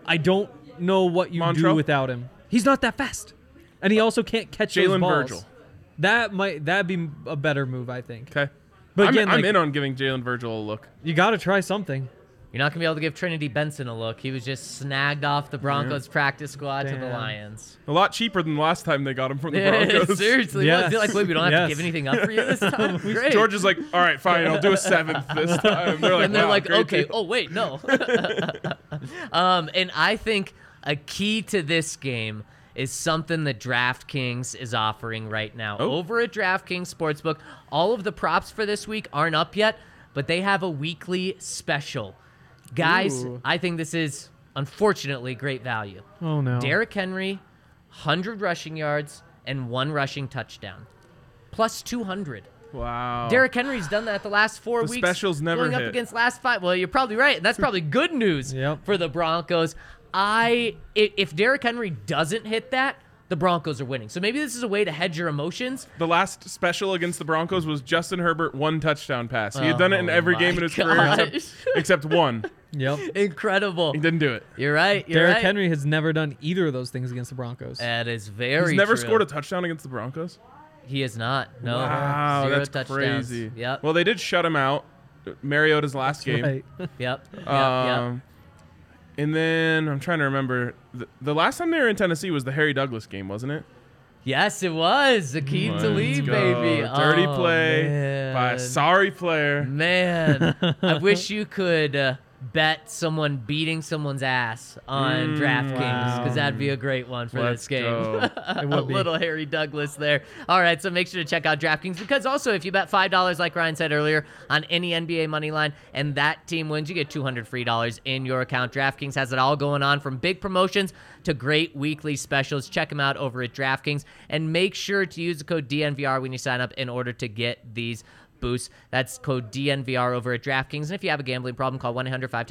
Speaker 4: I don't know what you do
Speaker 2: Montrell?
Speaker 4: without him. He's not that fast, and he also can't catch those
Speaker 2: Jalen
Speaker 4: balls.
Speaker 2: Virgil.
Speaker 4: That might that would be a better move, I think.
Speaker 2: Okay.
Speaker 4: But
Speaker 2: I'm,
Speaker 4: again,
Speaker 2: I'm
Speaker 4: like-
Speaker 2: in on giving Jalen Virgil a look.
Speaker 4: You got to try something.
Speaker 3: You're not gonna be able to give Trinity Benson a look. He was just snagged off the Broncos practice squad to the
Speaker 4: Damn.
Speaker 3: Lions.
Speaker 2: A lot cheaper than last time they got him from the Broncos.
Speaker 3: Seriously, yes.
Speaker 4: Yes.
Speaker 3: like wait, we don't have to
Speaker 4: Yes.
Speaker 3: give anything up for you this time. Great.
Speaker 2: George is like, all right, fine, I'll do a seventh this time. They're like,
Speaker 3: and they're
Speaker 2: "Wow,
Speaker 3: like,
Speaker 2: great
Speaker 3: okay,
Speaker 2: deal."
Speaker 3: oh wait, no. um, and I think a key to this game is something that DraftKings is offering right now. Over at DraftKings Sportsbook, all of the props for this week aren't up yet, but they have a weekly special. Guys,
Speaker 4: Ooh.
Speaker 3: I think this is unfortunately great value.
Speaker 4: Oh no.
Speaker 3: Derrick Henry, 100 rushing yards and one rushing touchdown. Plus 200.
Speaker 2: Wow.
Speaker 3: Derrick Henry's done that the last four
Speaker 2: The
Speaker 3: weeks.
Speaker 2: specials never
Speaker 3: going up
Speaker 2: hit.
Speaker 3: against last five. Well, you're probably right. That's probably good news
Speaker 4: Yep.
Speaker 3: for the Broncos. I i- if Derrick Henry doesn't hit that, the Broncos are winning. So maybe this is a way to hedge your emotions.
Speaker 2: The last special against the Broncos was Justin Herbert one touchdown pass. He had done it in
Speaker 3: Oh
Speaker 2: every
Speaker 3: my
Speaker 2: game in his career except,
Speaker 3: gosh.
Speaker 2: except one.
Speaker 4: Yep.
Speaker 3: Incredible.
Speaker 2: He didn't do it.
Speaker 3: You're right. You're
Speaker 4: Derrick
Speaker 3: right. Eh.
Speaker 4: Henry has never done either of those things against the Broncos.
Speaker 3: That is very.
Speaker 2: He's never
Speaker 3: true.
Speaker 2: scored a touchdown against the Broncos.
Speaker 3: He is not. No.
Speaker 2: Wow,
Speaker 3: Zero
Speaker 2: that's
Speaker 3: touchdowns.
Speaker 2: crazy.
Speaker 3: Yep.
Speaker 2: Well, they did shut him out. Mariota's last game.
Speaker 4: Right.
Speaker 3: yep. Yep. yep.
Speaker 2: Um, And then I'm trying to remember. The, the last time they were in Tennessee was the Harry Douglas game, wasn't it?
Speaker 3: Yes, it was. Akeem
Speaker 2: Let's
Speaker 3: Talib,
Speaker 2: go.
Speaker 3: baby.
Speaker 2: Dirty
Speaker 3: Oh,
Speaker 2: play by
Speaker 3: man.
Speaker 2: a sorry player.
Speaker 3: Man, I wish you could uh, bet someone beating someone's ass on DraftKings because that'd be a great one for
Speaker 2: Mm, Let's
Speaker 3: this game.
Speaker 2: go.
Speaker 4: It
Speaker 3: a
Speaker 4: would be.
Speaker 3: little Harry Douglas there. All right, so make sure to check out DraftKings because also if you bet five dollars, like Ryan said earlier, on any NBA money line and that team wins, you get two hundred free dollars in your account. DraftKings has it all going on from big promotions to great weekly specials. Check them out over at DraftKings and make sure to use the code DNVR when you sign up in order to get these boosts. That's code DNVR over at DraftKings. And if you have a gambling problem, call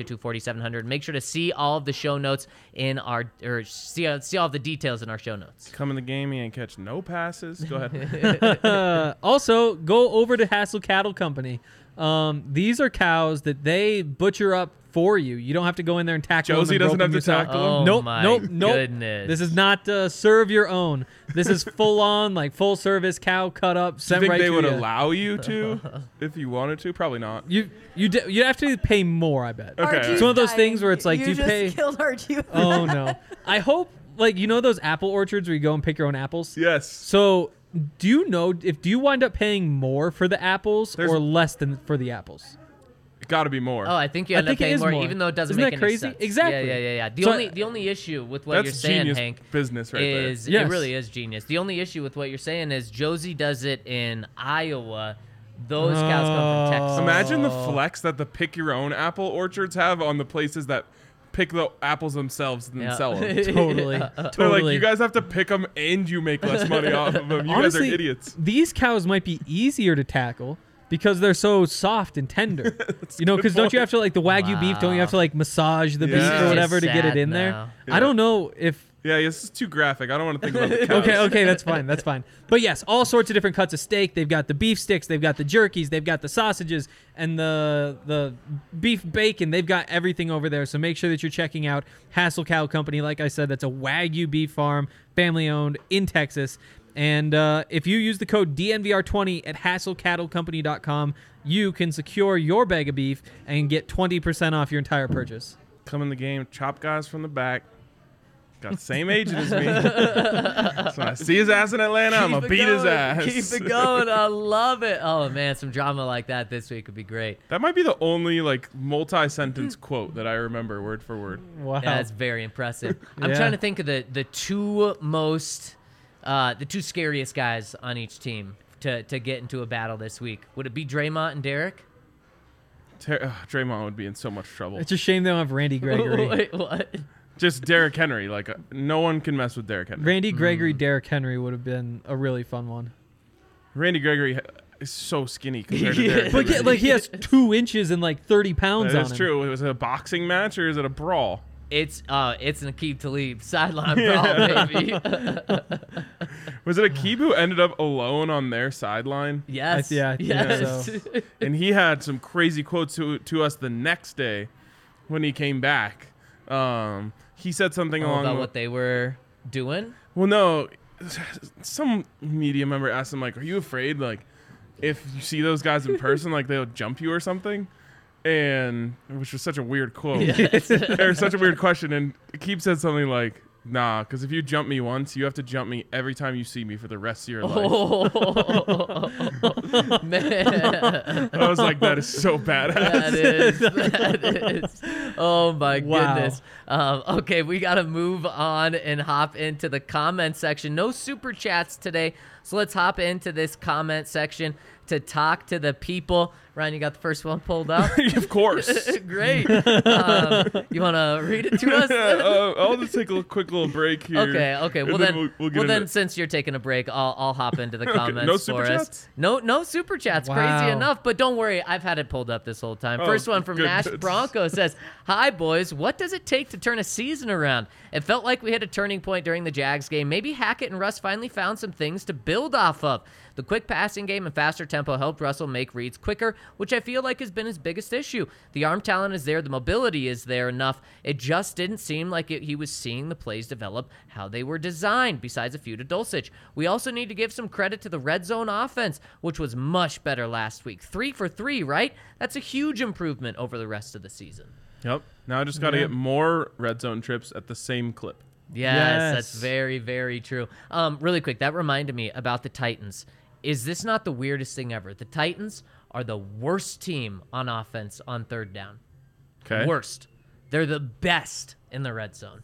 Speaker 3: 1-800-522-4700. Make sure to see all of the show notes in our or see see all of the details in our show notes.
Speaker 2: Come in the game, he ain't catch no passes. Go ahead.
Speaker 4: Uh, also, go over to Hassel Cattle Company. Um, these are cows that they butcher up for you. You don't have to go in there and tackle
Speaker 2: Josie
Speaker 4: them.
Speaker 2: doesn't
Speaker 4: and rope
Speaker 2: have to
Speaker 4: them yourself.
Speaker 2: tackle them?
Speaker 3: Oh
Speaker 4: nope,
Speaker 3: my
Speaker 4: nope, nope.
Speaker 3: goodness.
Speaker 4: This is not uh, serve your own. This is full on, like full service cow cut
Speaker 2: Do
Speaker 4: up,
Speaker 2: you
Speaker 4: sent
Speaker 2: think
Speaker 4: right
Speaker 2: they
Speaker 4: to
Speaker 2: would
Speaker 4: you.
Speaker 2: allow you to if you wanted to? Probably not.
Speaker 4: you. You d- you have to pay more, I bet.
Speaker 2: Okay.
Speaker 5: RG's
Speaker 2: It's
Speaker 4: one of those
Speaker 5: dying.
Speaker 4: things where it's like,
Speaker 5: you
Speaker 4: do you
Speaker 5: just
Speaker 4: pay-
Speaker 5: killed RG.
Speaker 4: Oh no! I hope like you know those apple orchards where you go and pick your own apples.
Speaker 2: Yes.
Speaker 4: So, do you know if do you wind up paying more for the apples
Speaker 2: There's-
Speaker 4: or less than for the apples?
Speaker 2: Got to be more.
Speaker 3: Oh, I think you end
Speaker 4: I think
Speaker 3: up
Speaker 4: it
Speaker 3: paying
Speaker 4: is
Speaker 3: more,
Speaker 4: more.
Speaker 3: even though it doesn't
Speaker 4: Isn't
Speaker 3: make
Speaker 4: that
Speaker 3: any
Speaker 4: crazy?
Speaker 3: sense.
Speaker 4: Exactly.
Speaker 3: Yeah, yeah, yeah. yeah. The
Speaker 4: So I-
Speaker 3: only the only issue with what
Speaker 2: That's
Speaker 3: you're saying,
Speaker 2: genius
Speaker 3: Hank,
Speaker 2: business right there.
Speaker 3: is
Speaker 4: Yes.
Speaker 3: it really is genius. The only issue with what you're saying is Josie does it in Iowa. Those cows come from
Speaker 4: Oh.
Speaker 3: Texas.
Speaker 2: Imagine the flex that the pick your own apple orchards have on the places that pick the apples themselves and then
Speaker 3: Yeah.
Speaker 2: sell them.
Speaker 4: Totally,
Speaker 2: They're
Speaker 4: totally.
Speaker 2: like, you guys have to pick them and you make less money off of them. You
Speaker 4: Honestly,
Speaker 2: guys are idiots.
Speaker 4: These cows might be easier to tackle because they're so soft and tender. you know,
Speaker 2: good
Speaker 4: because don't you
Speaker 2: point.
Speaker 4: have to like the wagyu beef? Don't you have to like massage the
Speaker 2: Yeah.
Speaker 4: beef
Speaker 2: It's
Speaker 4: or whatever to
Speaker 3: just
Speaker 4: get it
Speaker 3: sad
Speaker 4: in
Speaker 3: now.
Speaker 4: there?
Speaker 2: Yeah.
Speaker 4: I don't know if
Speaker 2: Yeah, this is too graphic. I don't want to think about the cows.
Speaker 4: Okay, okay, that's fine, that's fine. But yes, all sorts of different cuts of steak. They've got the beef sticks, they've got the jerkies, they've got the sausages, and the the beef bacon. They've got everything over there. So make sure that you're checking out Hassel Cow Company. Like I said, that's a Wagyu beef farm, family owned in Texas. And uh, if you use the code DNVR20 at hasselcattlecompany.com, you can secure your bag of beef and get 20% off your entire purchase.
Speaker 2: Come in the game, chop guys from the back. Got the same agent as me. so when I see his ass in Atlanta, I'm
Speaker 3: Keep
Speaker 2: gonna
Speaker 3: it
Speaker 2: beat his
Speaker 3: going.
Speaker 2: ass.
Speaker 3: Keep it going. I love it. Oh man, some drama like that this week would be great.
Speaker 2: That might be the only like multi-sentence quote that I remember word for word.
Speaker 4: Wow.
Speaker 3: That's very impressive. I'm
Speaker 4: Oh. Yeah.
Speaker 3: trying to think of the the two most, uh, the two scariest guys on each team to to get into a battle this week. Would it be Draymond and Derek?
Speaker 2: Ter- ugh, Draymond would be in so much trouble.
Speaker 4: it's a shame they don't have Randy Gregory.
Speaker 3: Wait, what?
Speaker 2: Just Derrick Henry, like uh, no one can mess with Derrick Henry.
Speaker 4: Randy Gregory,
Speaker 2: Mm.
Speaker 4: Derrick Henry would have been a really fun one.
Speaker 2: Randy Gregory ha- is so skinny compared to Derrick
Speaker 4: But
Speaker 2: Henry.
Speaker 4: yeah, like he has two inches and like thirty pounds on
Speaker 2: That's
Speaker 4: him.
Speaker 2: true. Was it a boxing match or is it a brawl?
Speaker 3: It's uh, it's Nakeem Talib sideline brawl, baby.
Speaker 2: Was it a Keeb who ended up alone on their sideline?
Speaker 3: yes,
Speaker 4: yeah, I think
Speaker 3: yes.
Speaker 4: so.
Speaker 2: and he had some crazy quotes to, to us the next day when he came back. Um, he said something
Speaker 3: Oh,
Speaker 2: along
Speaker 3: about
Speaker 2: the-
Speaker 3: what they were doing.
Speaker 2: well, no, some media member asked him like, "Are you afraid like if you see those guys in person, like they'll jump you or something?" And which was such a weird quote or such a weird question. And Keep said something like, "Nah, because if you jump me once, you have to jump me every time you see me for the rest of your life."
Speaker 3: Oh man.
Speaker 2: I was like, "That is so badass."
Speaker 3: that is. That is. Oh my
Speaker 4: Wow.
Speaker 3: goodness. Um, okay, we got to move on and hop into the comment section. No super chats today, so let's hop into this comment section to talk to the people. Ryan, you got the first one pulled up.
Speaker 2: of course.
Speaker 3: Great. Um, you want to read it to us?
Speaker 2: uh, I'll just take a little- quick little break here.
Speaker 3: Okay, okay.
Speaker 2: and
Speaker 3: Well then,
Speaker 2: we'll,
Speaker 3: well,
Speaker 2: we'll get into
Speaker 3: then,
Speaker 2: it.
Speaker 3: since you're taking a break, I'll I'll hop into the comments
Speaker 2: no
Speaker 3: for
Speaker 2: super
Speaker 3: us.
Speaker 2: chats?
Speaker 3: No, no super chats. Crazy
Speaker 4: Wow.
Speaker 3: enough, but don't worry, I've had it pulled up this whole time.
Speaker 2: Oh,
Speaker 3: First one from
Speaker 2: good.
Speaker 3: Nash Bronco says, "Hi boys, what does it take to turn a season around? It felt like we hit a turning point during the Jags game. Maybe Hackett and Russ finally found some things to build off of. The quick passing game and faster tempo helped Russell make reads quicker, which I feel like has been his biggest issue. The arm talent is there, the mobility is there enough. It just didn't seem like it, he was seeing the plays develop how they were designed, besides a few to Dulcich. We also need to give some credit to the red zone offense, which was much better last week. Three for three, right? That's a huge improvement over the rest of the season.
Speaker 2: Yep. Now I just got to get more red zone trips at the same clip.
Speaker 3: Yes, that's
Speaker 4: Yes.
Speaker 3: very, very true. Um, really quick, that reminded me about the Titans. Is this not the weirdest thing ever? The Titans are the worst team on offense on third down.
Speaker 2: Okay.
Speaker 3: Worst. They're the best in the red zone.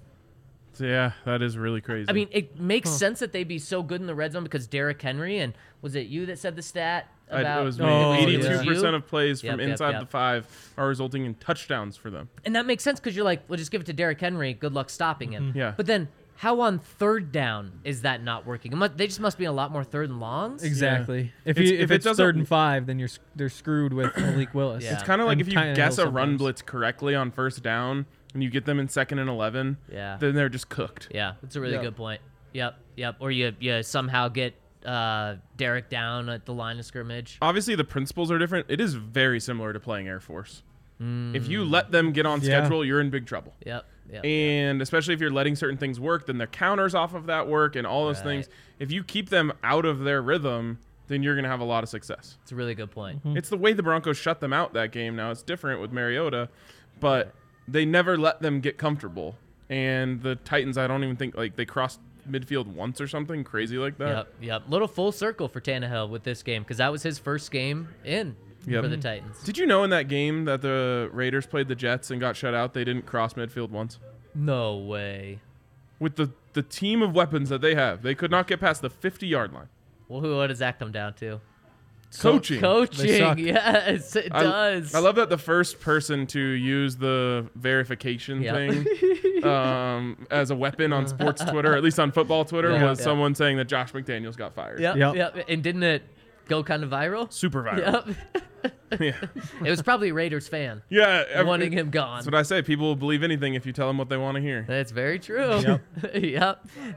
Speaker 2: So, yeah, that is really crazy.
Speaker 3: I mean, it makes sense that they'd be so good in the red zone because Derrick Henry and was it you that said the stat
Speaker 2: I-
Speaker 3: about
Speaker 2: it was
Speaker 4: me. Oh,
Speaker 3: it was
Speaker 2: eighty-two percent
Speaker 3: you?
Speaker 2: of plays
Speaker 3: Yep,
Speaker 2: from
Speaker 3: yep,
Speaker 2: inside
Speaker 3: yep.
Speaker 2: the five are resulting in touchdowns for them.
Speaker 3: and that makes sense because you're like, well, just give it to Derrick Henry. Good luck stopping him.
Speaker 2: Mm-hmm. Yeah.
Speaker 3: But then, how on third down is that not working? It mu- They just must be a lot more third and longs.
Speaker 4: Exactly. If
Speaker 2: It's-
Speaker 4: you if,
Speaker 2: if it
Speaker 4: it's
Speaker 2: doesn't-
Speaker 4: third and five, then you're s- they're screwed with Malik Willis.
Speaker 3: Yeah. It's
Speaker 2: Kind of like
Speaker 4: And
Speaker 2: if you
Speaker 4: Tannehill
Speaker 2: guess a run
Speaker 4: sometimes.
Speaker 2: blitz correctly on first down and you get them in second and eleven,
Speaker 3: Yeah.
Speaker 2: then they're just cooked.
Speaker 3: Yeah, that's a really
Speaker 4: Yeah.
Speaker 3: good point. Yep, yep. Or you you somehow get uh, Derek down at the line of scrimmage.
Speaker 2: Obviously, the principles are different. It is very similar to playing Air Force.
Speaker 3: Hmm.
Speaker 2: If you let them get on
Speaker 4: Yeah.
Speaker 2: schedule, you're in big trouble.
Speaker 3: Yep, yep.
Speaker 2: And especially if you're letting certain things work, then the counters off of that work and all those things. If you keep them out of their rhythm, then you're going to have a lot of success.
Speaker 3: It's a really good point.
Speaker 2: It's the way the Broncos shut them out that game. Now it's different with Mariota, but they never let them get comfortable. And the Titans, I don't even think like they crossed midfield once or something crazy like that.
Speaker 3: Yep, yep. Little full circle for Tannehill with this game because that was his first game in
Speaker 2: Yep.
Speaker 3: for the Titans.
Speaker 2: Did you know in that game that the Raiders played the Jets and got shut out? They didn't cross midfield once.
Speaker 3: No way.
Speaker 2: With the, the team of weapons that they have, they could not get past the 50 yard line.
Speaker 3: Well, who what does that come down to?
Speaker 2: Coaching.
Speaker 4: They
Speaker 3: Coaching.
Speaker 4: suck.
Speaker 3: Yes, it
Speaker 2: I-
Speaker 3: does.
Speaker 2: I, love that the first person to use the verification
Speaker 3: Yeah.
Speaker 2: thing um, as a weapon on sports Twitter, at least on football Twitter,
Speaker 3: Yeah.
Speaker 2: was
Speaker 3: Yeah.
Speaker 2: someone saying that Josh McDaniels got fired.
Speaker 3: Yep,
Speaker 4: Yep.
Speaker 3: yep. And didn't it go kind of viral?
Speaker 2: Super viral.
Speaker 3: Yep.
Speaker 2: Yeah.
Speaker 3: it was probably a Raiders fan
Speaker 2: Yeah. every-
Speaker 3: wanting him gone.
Speaker 2: That's what I say. People will believe anything if you tell them what they want to hear.
Speaker 3: That's very true. Yep.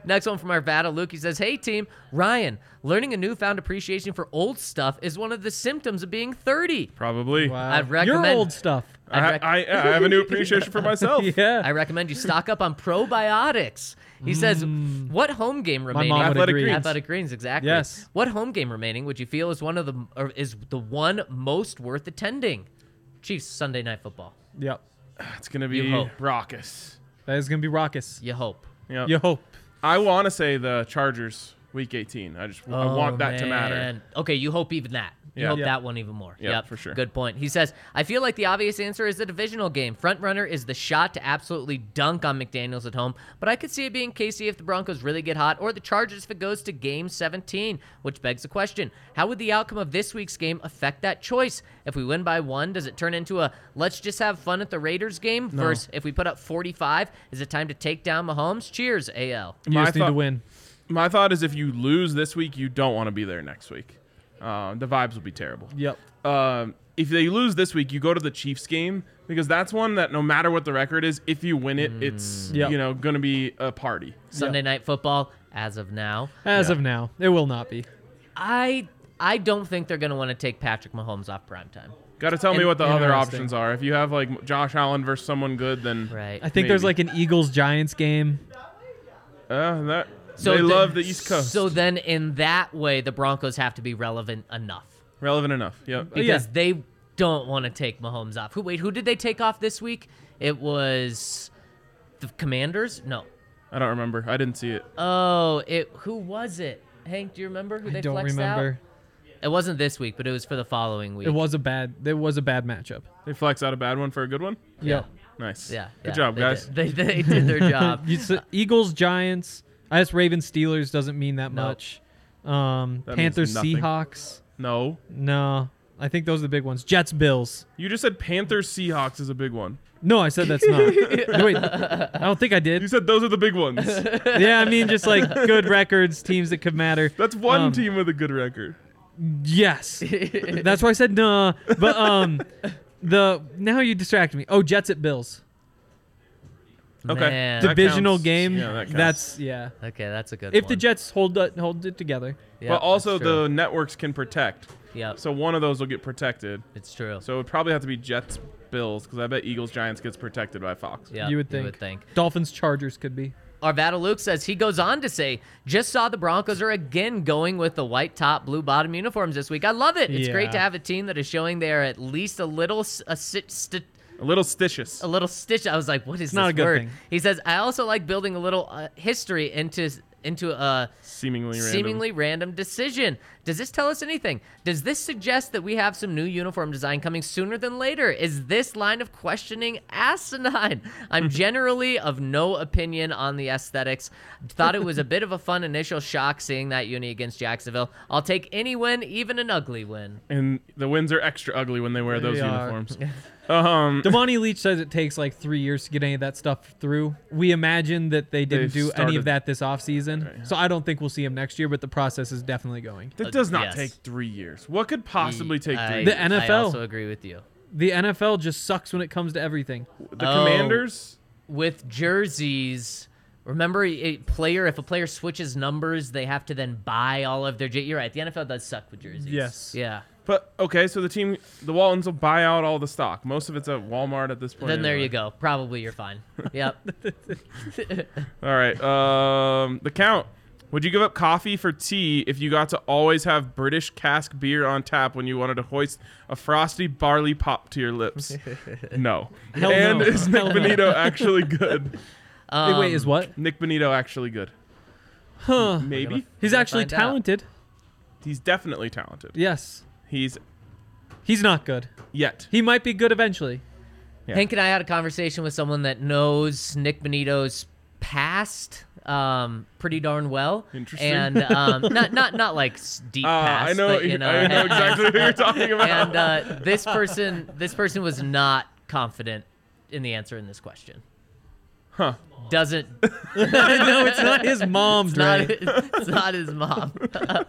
Speaker 3: Next one from our battle. Luke, he says, Hey, team, Ryan, learning a newfound appreciation for old stuff is one of the symptoms of being 30.
Speaker 2: Probably.
Speaker 4: Wow.
Speaker 3: I'd recommend-
Speaker 4: your old stuff.
Speaker 2: I,
Speaker 3: I'd rec-
Speaker 2: I, I have a new appreciation for myself.
Speaker 4: Yeah.
Speaker 3: I recommend you stock up on probiotics. He says, What home game remaining?
Speaker 4: Mm. mom would
Speaker 2: Athletic
Speaker 4: agree.
Speaker 2: greens.
Speaker 3: Athletic Greens, exactly.
Speaker 4: Yes.
Speaker 3: What home game remaining would you feel is one of the or is the one most worth attending? Chiefs Sunday Night Football.
Speaker 4: yep.
Speaker 2: It's going to
Speaker 3: You
Speaker 2: be
Speaker 3: hope.
Speaker 2: raucous.
Speaker 4: That is gonna be raucous.
Speaker 3: You hope.
Speaker 2: Yeah.
Speaker 4: You hope.
Speaker 2: I want to say the Chargers week 18. I just I want that to matter.
Speaker 3: Oh, man. Okay, you hope even that. You
Speaker 2: Yeah.
Speaker 3: hope
Speaker 2: Yeah.
Speaker 3: that one even more.
Speaker 2: Yeah,
Speaker 3: yep,
Speaker 2: for sure.
Speaker 3: Good point. He says, I feel like the obvious answer is the divisional game. Front runner is the shot to absolutely dunk on McDaniels at home, but I could see it being KC if the Broncos really get hot, or the Chargers if it goes to game 17, which begs the question how would the outcome of this week's game affect that choice? If we win by one, does it turn into a let's just have fun at the Raiders game? Versus if we put up 45, is it time to take down Mahomes? Cheers, AL.
Speaker 4: You
Speaker 2: My
Speaker 4: just need
Speaker 2: thought-
Speaker 4: to win.
Speaker 2: My thought is if you lose this week, you don't want to be there next week. Uh, the vibes will be terrible.
Speaker 4: Yep.
Speaker 2: Um, if they lose this week, you go to the Chiefs game because that's one that no matter what the record is, if you win it, it's
Speaker 4: Mm. Yep.
Speaker 2: you know going to be a party.
Speaker 3: Sunday night football, as of now.
Speaker 4: As of now, it will not be.
Speaker 3: I I don't think they're going to want to take Patrick Mahomes off primetime.
Speaker 2: Got to tell me what the other
Speaker 4: Interesting.
Speaker 2: options are. If you have like Josh Allen versus someone good, then
Speaker 3: Right.
Speaker 4: I think there's like
Speaker 2: Maybe.
Speaker 4: an Eagles Giants game.
Speaker 2: uh, that they love the East Coast.
Speaker 3: So then in that way the Broncos have to be relevant enough
Speaker 2: Relevant enough.
Speaker 3: Uh,
Speaker 2: Yep.
Speaker 4: yeah.
Speaker 3: because they don't want to take Mahomes off. Who wait, who did they take off this week? It was the Commanders? No.
Speaker 2: I don't remember. I didn't see it.
Speaker 3: Oh, it who was it? Hank, do you remember who they
Speaker 4: I don't
Speaker 3: flexed
Speaker 4: remember.
Speaker 3: out? It wasn't this week, but it was for the following week.
Speaker 4: It was a bad. It was a bad matchup.
Speaker 2: They flex out a bad one for a good one.
Speaker 4: Yep.
Speaker 2: Nice.
Speaker 3: Yeah.
Speaker 2: Good
Speaker 3: yeah,
Speaker 2: job,
Speaker 3: they
Speaker 2: guys.
Speaker 3: did. They, they did their job.
Speaker 4: Uh, You s- Eagles Giants. I guess Ravens Steelers doesn't mean that
Speaker 3: No.
Speaker 4: much. Um,
Speaker 2: That means
Speaker 4: Panthers
Speaker 2: nothing.
Speaker 4: Seahawks.
Speaker 2: No.
Speaker 4: No, I think those are the big ones. Jets Bills.
Speaker 2: You just said Panthers Seahawks is a big one.
Speaker 4: No, I said that's not. No, wait, I don't think I
Speaker 2: You
Speaker 4: did.
Speaker 2: said those are the big ones.
Speaker 4: Yeah, I mean just like good records, teams that could matter.
Speaker 2: That's one
Speaker 4: Um,
Speaker 2: team with a good record.
Speaker 4: Yes, that's why I said nah. But um, the now you distracted me. Oh, Jets at Bills.
Speaker 2: Okay.
Speaker 3: Man.
Speaker 2: That
Speaker 4: Divisional
Speaker 2: counts.
Speaker 4: game.
Speaker 2: Yeah, that counts.
Speaker 4: That's yeah.
Speaker 3: Okay, that's a good
Speaker 4: If
Speaker 3: one.
Speaker 4: the Jets hold it, hold it together,
Speaker 3: Yep,
Speaker 2: but also
Speaker 3: that's true.
Speaker 2: the networks can protect.
Speaker 3: Yep.
Speaker 2: So one of those will get protected.
Speaker 3: It's true.
Speaker 2: So it would probably have to be Jets Bills because I bet Eagles Giants gets protected by Fox.
Speaker 3: yeah,
Speaker 4: you would think.
Speaker 3: You would think.
Speaker 4: Dolphins Chargers could be.
Speaker 3: Arvada Luke says he goes on to say, just saw the Broncos are again going with the white top, blue bottom uniforms this week. I love it. It's great
Speaker 4: Yeah.
Speaker 3: to have a team that is showing they are at least a little s- a, sit- sti-
Speaker 2: A little stitious.
Speaker 3: a little stitch. I was like, what is
Speaker 4: not
Speaker 3: this
Speaker 4: a good
Speaker 3: word?
Speaker 4: thing.
Speaker 3: He says, I also like building a little uh, history into into uh, a
Speaker 2: Seemingly random.
Speaker 3: seemingly random decision. Does this tell us anything? Does this suggest that we have some new uniform design coming sooner than later? Is this line of questioning asinine? I'm generally of no opinion on the aesthetics. Thought it was a bit of a fun initial shock seeing that uni against Jacksonville. I'll take any win, even an ugly win.
Speaker 2: And the wins are extra ugly when they wear those
Speaker 4: are.
Speaker 2: uniforms.
Speaker 4: Damani Leach says it takes like three years to get any of that stuff through. We imagine that they didn't
Speaker 2: They've
Speaker 4: do any
Speaker 2: started-
Speaker 4: of that this offseason. So I don't think we'll see him next year, but the process is definitely going.
Speaker 2: That does not
Speaker 3: yes.
Speaker 2: take three years. What could possibly take
Speaker 3: I-
Speaker 2: three?
Speaker 4: The
Speaker 2: years?
Speaker 3: I
Speaker 4: NFL.
Speaker 3: also agree with you.
Speaker 4: The NFL just sucks when it comes to everything.
Speaker 2: The
Speaker 3: Oh.
Speaker 2: Commanders.
Speaker 3: with jerseys. Remember, a player if a player switches numbers, they have to then buy all of their. jer- You're right. The NFL does suck with jerseys.
Speaker 4: Yes.
Speaker 3: Yeah.
Speaker 2: But okay, so the team, the Waltons will buy out all the stock. Most of it's at Walmart at this point.
Speaker 3: Then there
Speaker 2: anyway.
Speaker 3: you go. Probably you're fine. Yep.
Speaker 2: All right. Um, the count. Would you give up coffee for tea if you got to always have British cask beer on tap when you wanted to hoist a frosty barley pop to your lips? No.
Speaker 4: Hell
Speaker 2: and
Speaker 4: no.
Speaker 2: is Nick Benito actually good?
Speaker 4: Wait, wait, is what?
Speaker 2: Nick Benito actually good?
Speaker 4: Huh.
Speaker 2: Um, Maybe.
Speaker 4: He's
Speaker 3: Gotta
Speaker 4: actually
Speaker 3: find out.
Speaker 4: talented.
Speaker 2: He's definitely talented.
Speaker 4: Yes.
Speaker 2: He's
Speaker 4: He's not good.
Speaker 2: yet.
Speaker 4: He might be good eventually.
Speaker 3: Hank and I had a conversation with someone that knows Nick Benito's past um, pretty darn well.
Speaker 2: Interesting.
Speaker 3: And um, not not not like s- deep
Speaker 2: Ah,
Speaker 3: past.
Speaker 2: I know.
Speaker 3: but, you know,
Speaker 2: I know exactly who you're talking about.
Speaker 3: And uh, this person this person was not confident in the answer in this question. Huh. Doesn't
Speaker 4: no, it's not his mom,
Speaker 3: not
Speaker 4: Dre.
Speaker 3: it's not his mom.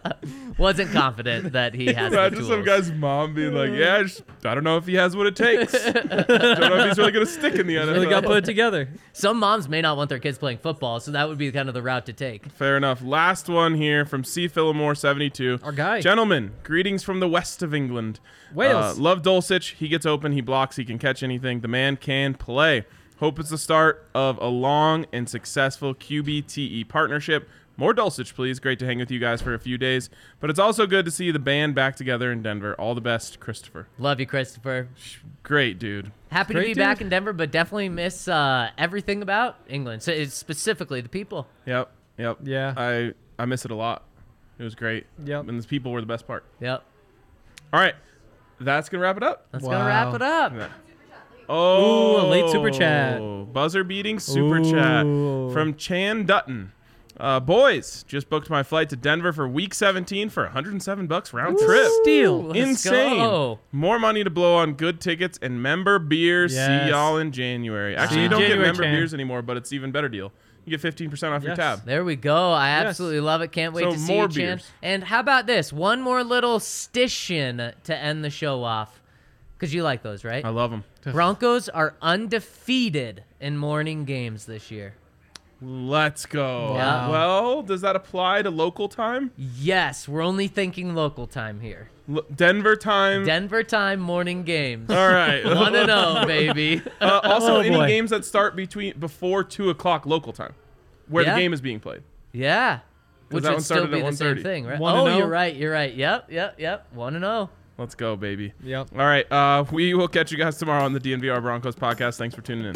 Speaker 3: Wasn't confident that he has the
Speaker 2: Imagine
Speaker 3: tools.
Speaker 2: some guy's mom being like, "Yeah, I, just, I don't know if he has what it takes. don't know if he's really gonna stick in the NFL."
Speaker 4: Really got put it together.
Speaker 3: Some moms may not want their kids playing football, so that would be kind of the route to take.
Speaker 2: Fair enough. Last one here from C. Fillmore, 72.
Speaker 4: Our guy.
Speaker 2: Gentlemen, greetings from the west of England.
Speaker 4: Wales.
Speaker 2: Uh, love Dulcich. He gets open, he blocks, he can catch anything. The man can play. Hope it's the start of a long and successful QBTE E partnership. More Dulcich, please. Great to hang with you guys for a few days. But it's also good to see the band back together in Denver. All the best, Christopher.
Speaker 3: Love you, Christopher.
Speaker 2: Great, dude.
Speaker 3: Happy to
Speaker 4: Great
Speaker 3: be
Speaker 4: dude.
Speaker 3: back in Denver, but definitely miss uh, everything about England. So it's specifically the people.
Speaker 2: Yep. Yep.
Speaker 4: Yeah.
Speaker 2: I I miss it a lot. It was great.
Speaker 4: Yep.
Speaker 2: And the people were the best part.
Speaker 3: Yep.
Speaker 2: All right. That's gonna wrap it up.
Speaker 3: That's gonna wrap
Speaker 4: Wow.
Speaker 3: it up.
Speaker 2: Yeah. Oh,
Speaker 4: Ooh, a late super chat.
Speaker 2: Buzzer beating super chat
Speaker 4: Ooh.
Speaker 2: from Chan Dutton. Uh, boys, just booked my flight to Denver for week 17 for 107 bucks round trip.
Speaker 4: Steal.
Speaker 3: Let's
Speaker 2: Insane.
Speaker 3: go.
Speaker 2: More money to blow on good tickets and member beers.
Speaker 4: Yes.
Speaker 2: See y'all in January. Actually,
Speaker 4: See
Speaker 2: you
Speaker 4: you
Speaker 2: don't get
Speaker 4: January,
Speaker 2: member
Speaker 4: Chan.
Speaker 2: beers anymore, but it's even better deal. You get 15% off your
Speaker 4: Yes.
Speaker 2: tab.
Speaker 3: There we go. I absolutely love it. Can't wait
Speaker 2: So
Speaker 3: to see
Speaker 2: more
Speaker 3: you, Chan.
Speaker 2: beers.
Speaker 3: And how about this? One more little stition to end the show off. Because you like those, right?
Speaker 2: I love them.
Speaker 3: Broncos are undefeated in morning games this year.
Speaker 2: Let's go.
Speaker 3: Wow.
Speaker 2: Well, does that apply to local time?
Speaker 3: Yes, we're only thinking local time here.
Speaker 2: L- Denver time.
Speaker 3: Denver time morning games.
Speaker 2: All right.
Speaker 3: One and oh, baby.
Speaker 2: Uh, also,
Speaker 4: Oh,
Speaker 2: any
Speaker 4: boy.
Speaker 2: games that start between before two o'clock local time, where
Speaker 3: Yeah.
Speaker 2: the game is being played.
Speaker 3: Yeah. Which
Speaker 2: that
Speaker 3: would
Speaker 2: one
Speaker 3: still
Speaker 2: started
Speaker 3: be
Speaker 2: at
Speaker 3: the same
Speaker 2: 1:30.
Speaker 3: thing, right?
Speaker 4: One
Speaker 3: oh,
Speaker 4: and oh?
Speaker 3: you're right. You're right. Yep, yep, yep. One and oh.
Speaker 2: Let's go, baby.
Speaker 4: Yep.
Speaker 2: All right. Uh, we will catch you guys tomorrow on the DNVR Broncos podcast. Thanks for tuning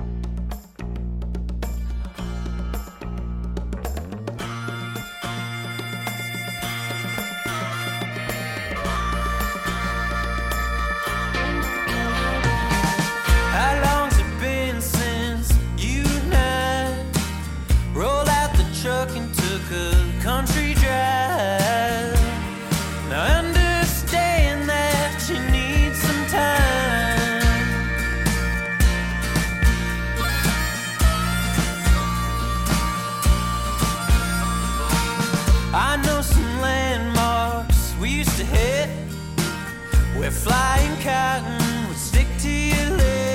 Speaker 2: in.
Speaker 1: How long's it been since you and I rolled out the truck and took a country drive? Now I understand that you need some time. I know some landmarks we used to hit where flying cotton would stick to your lips.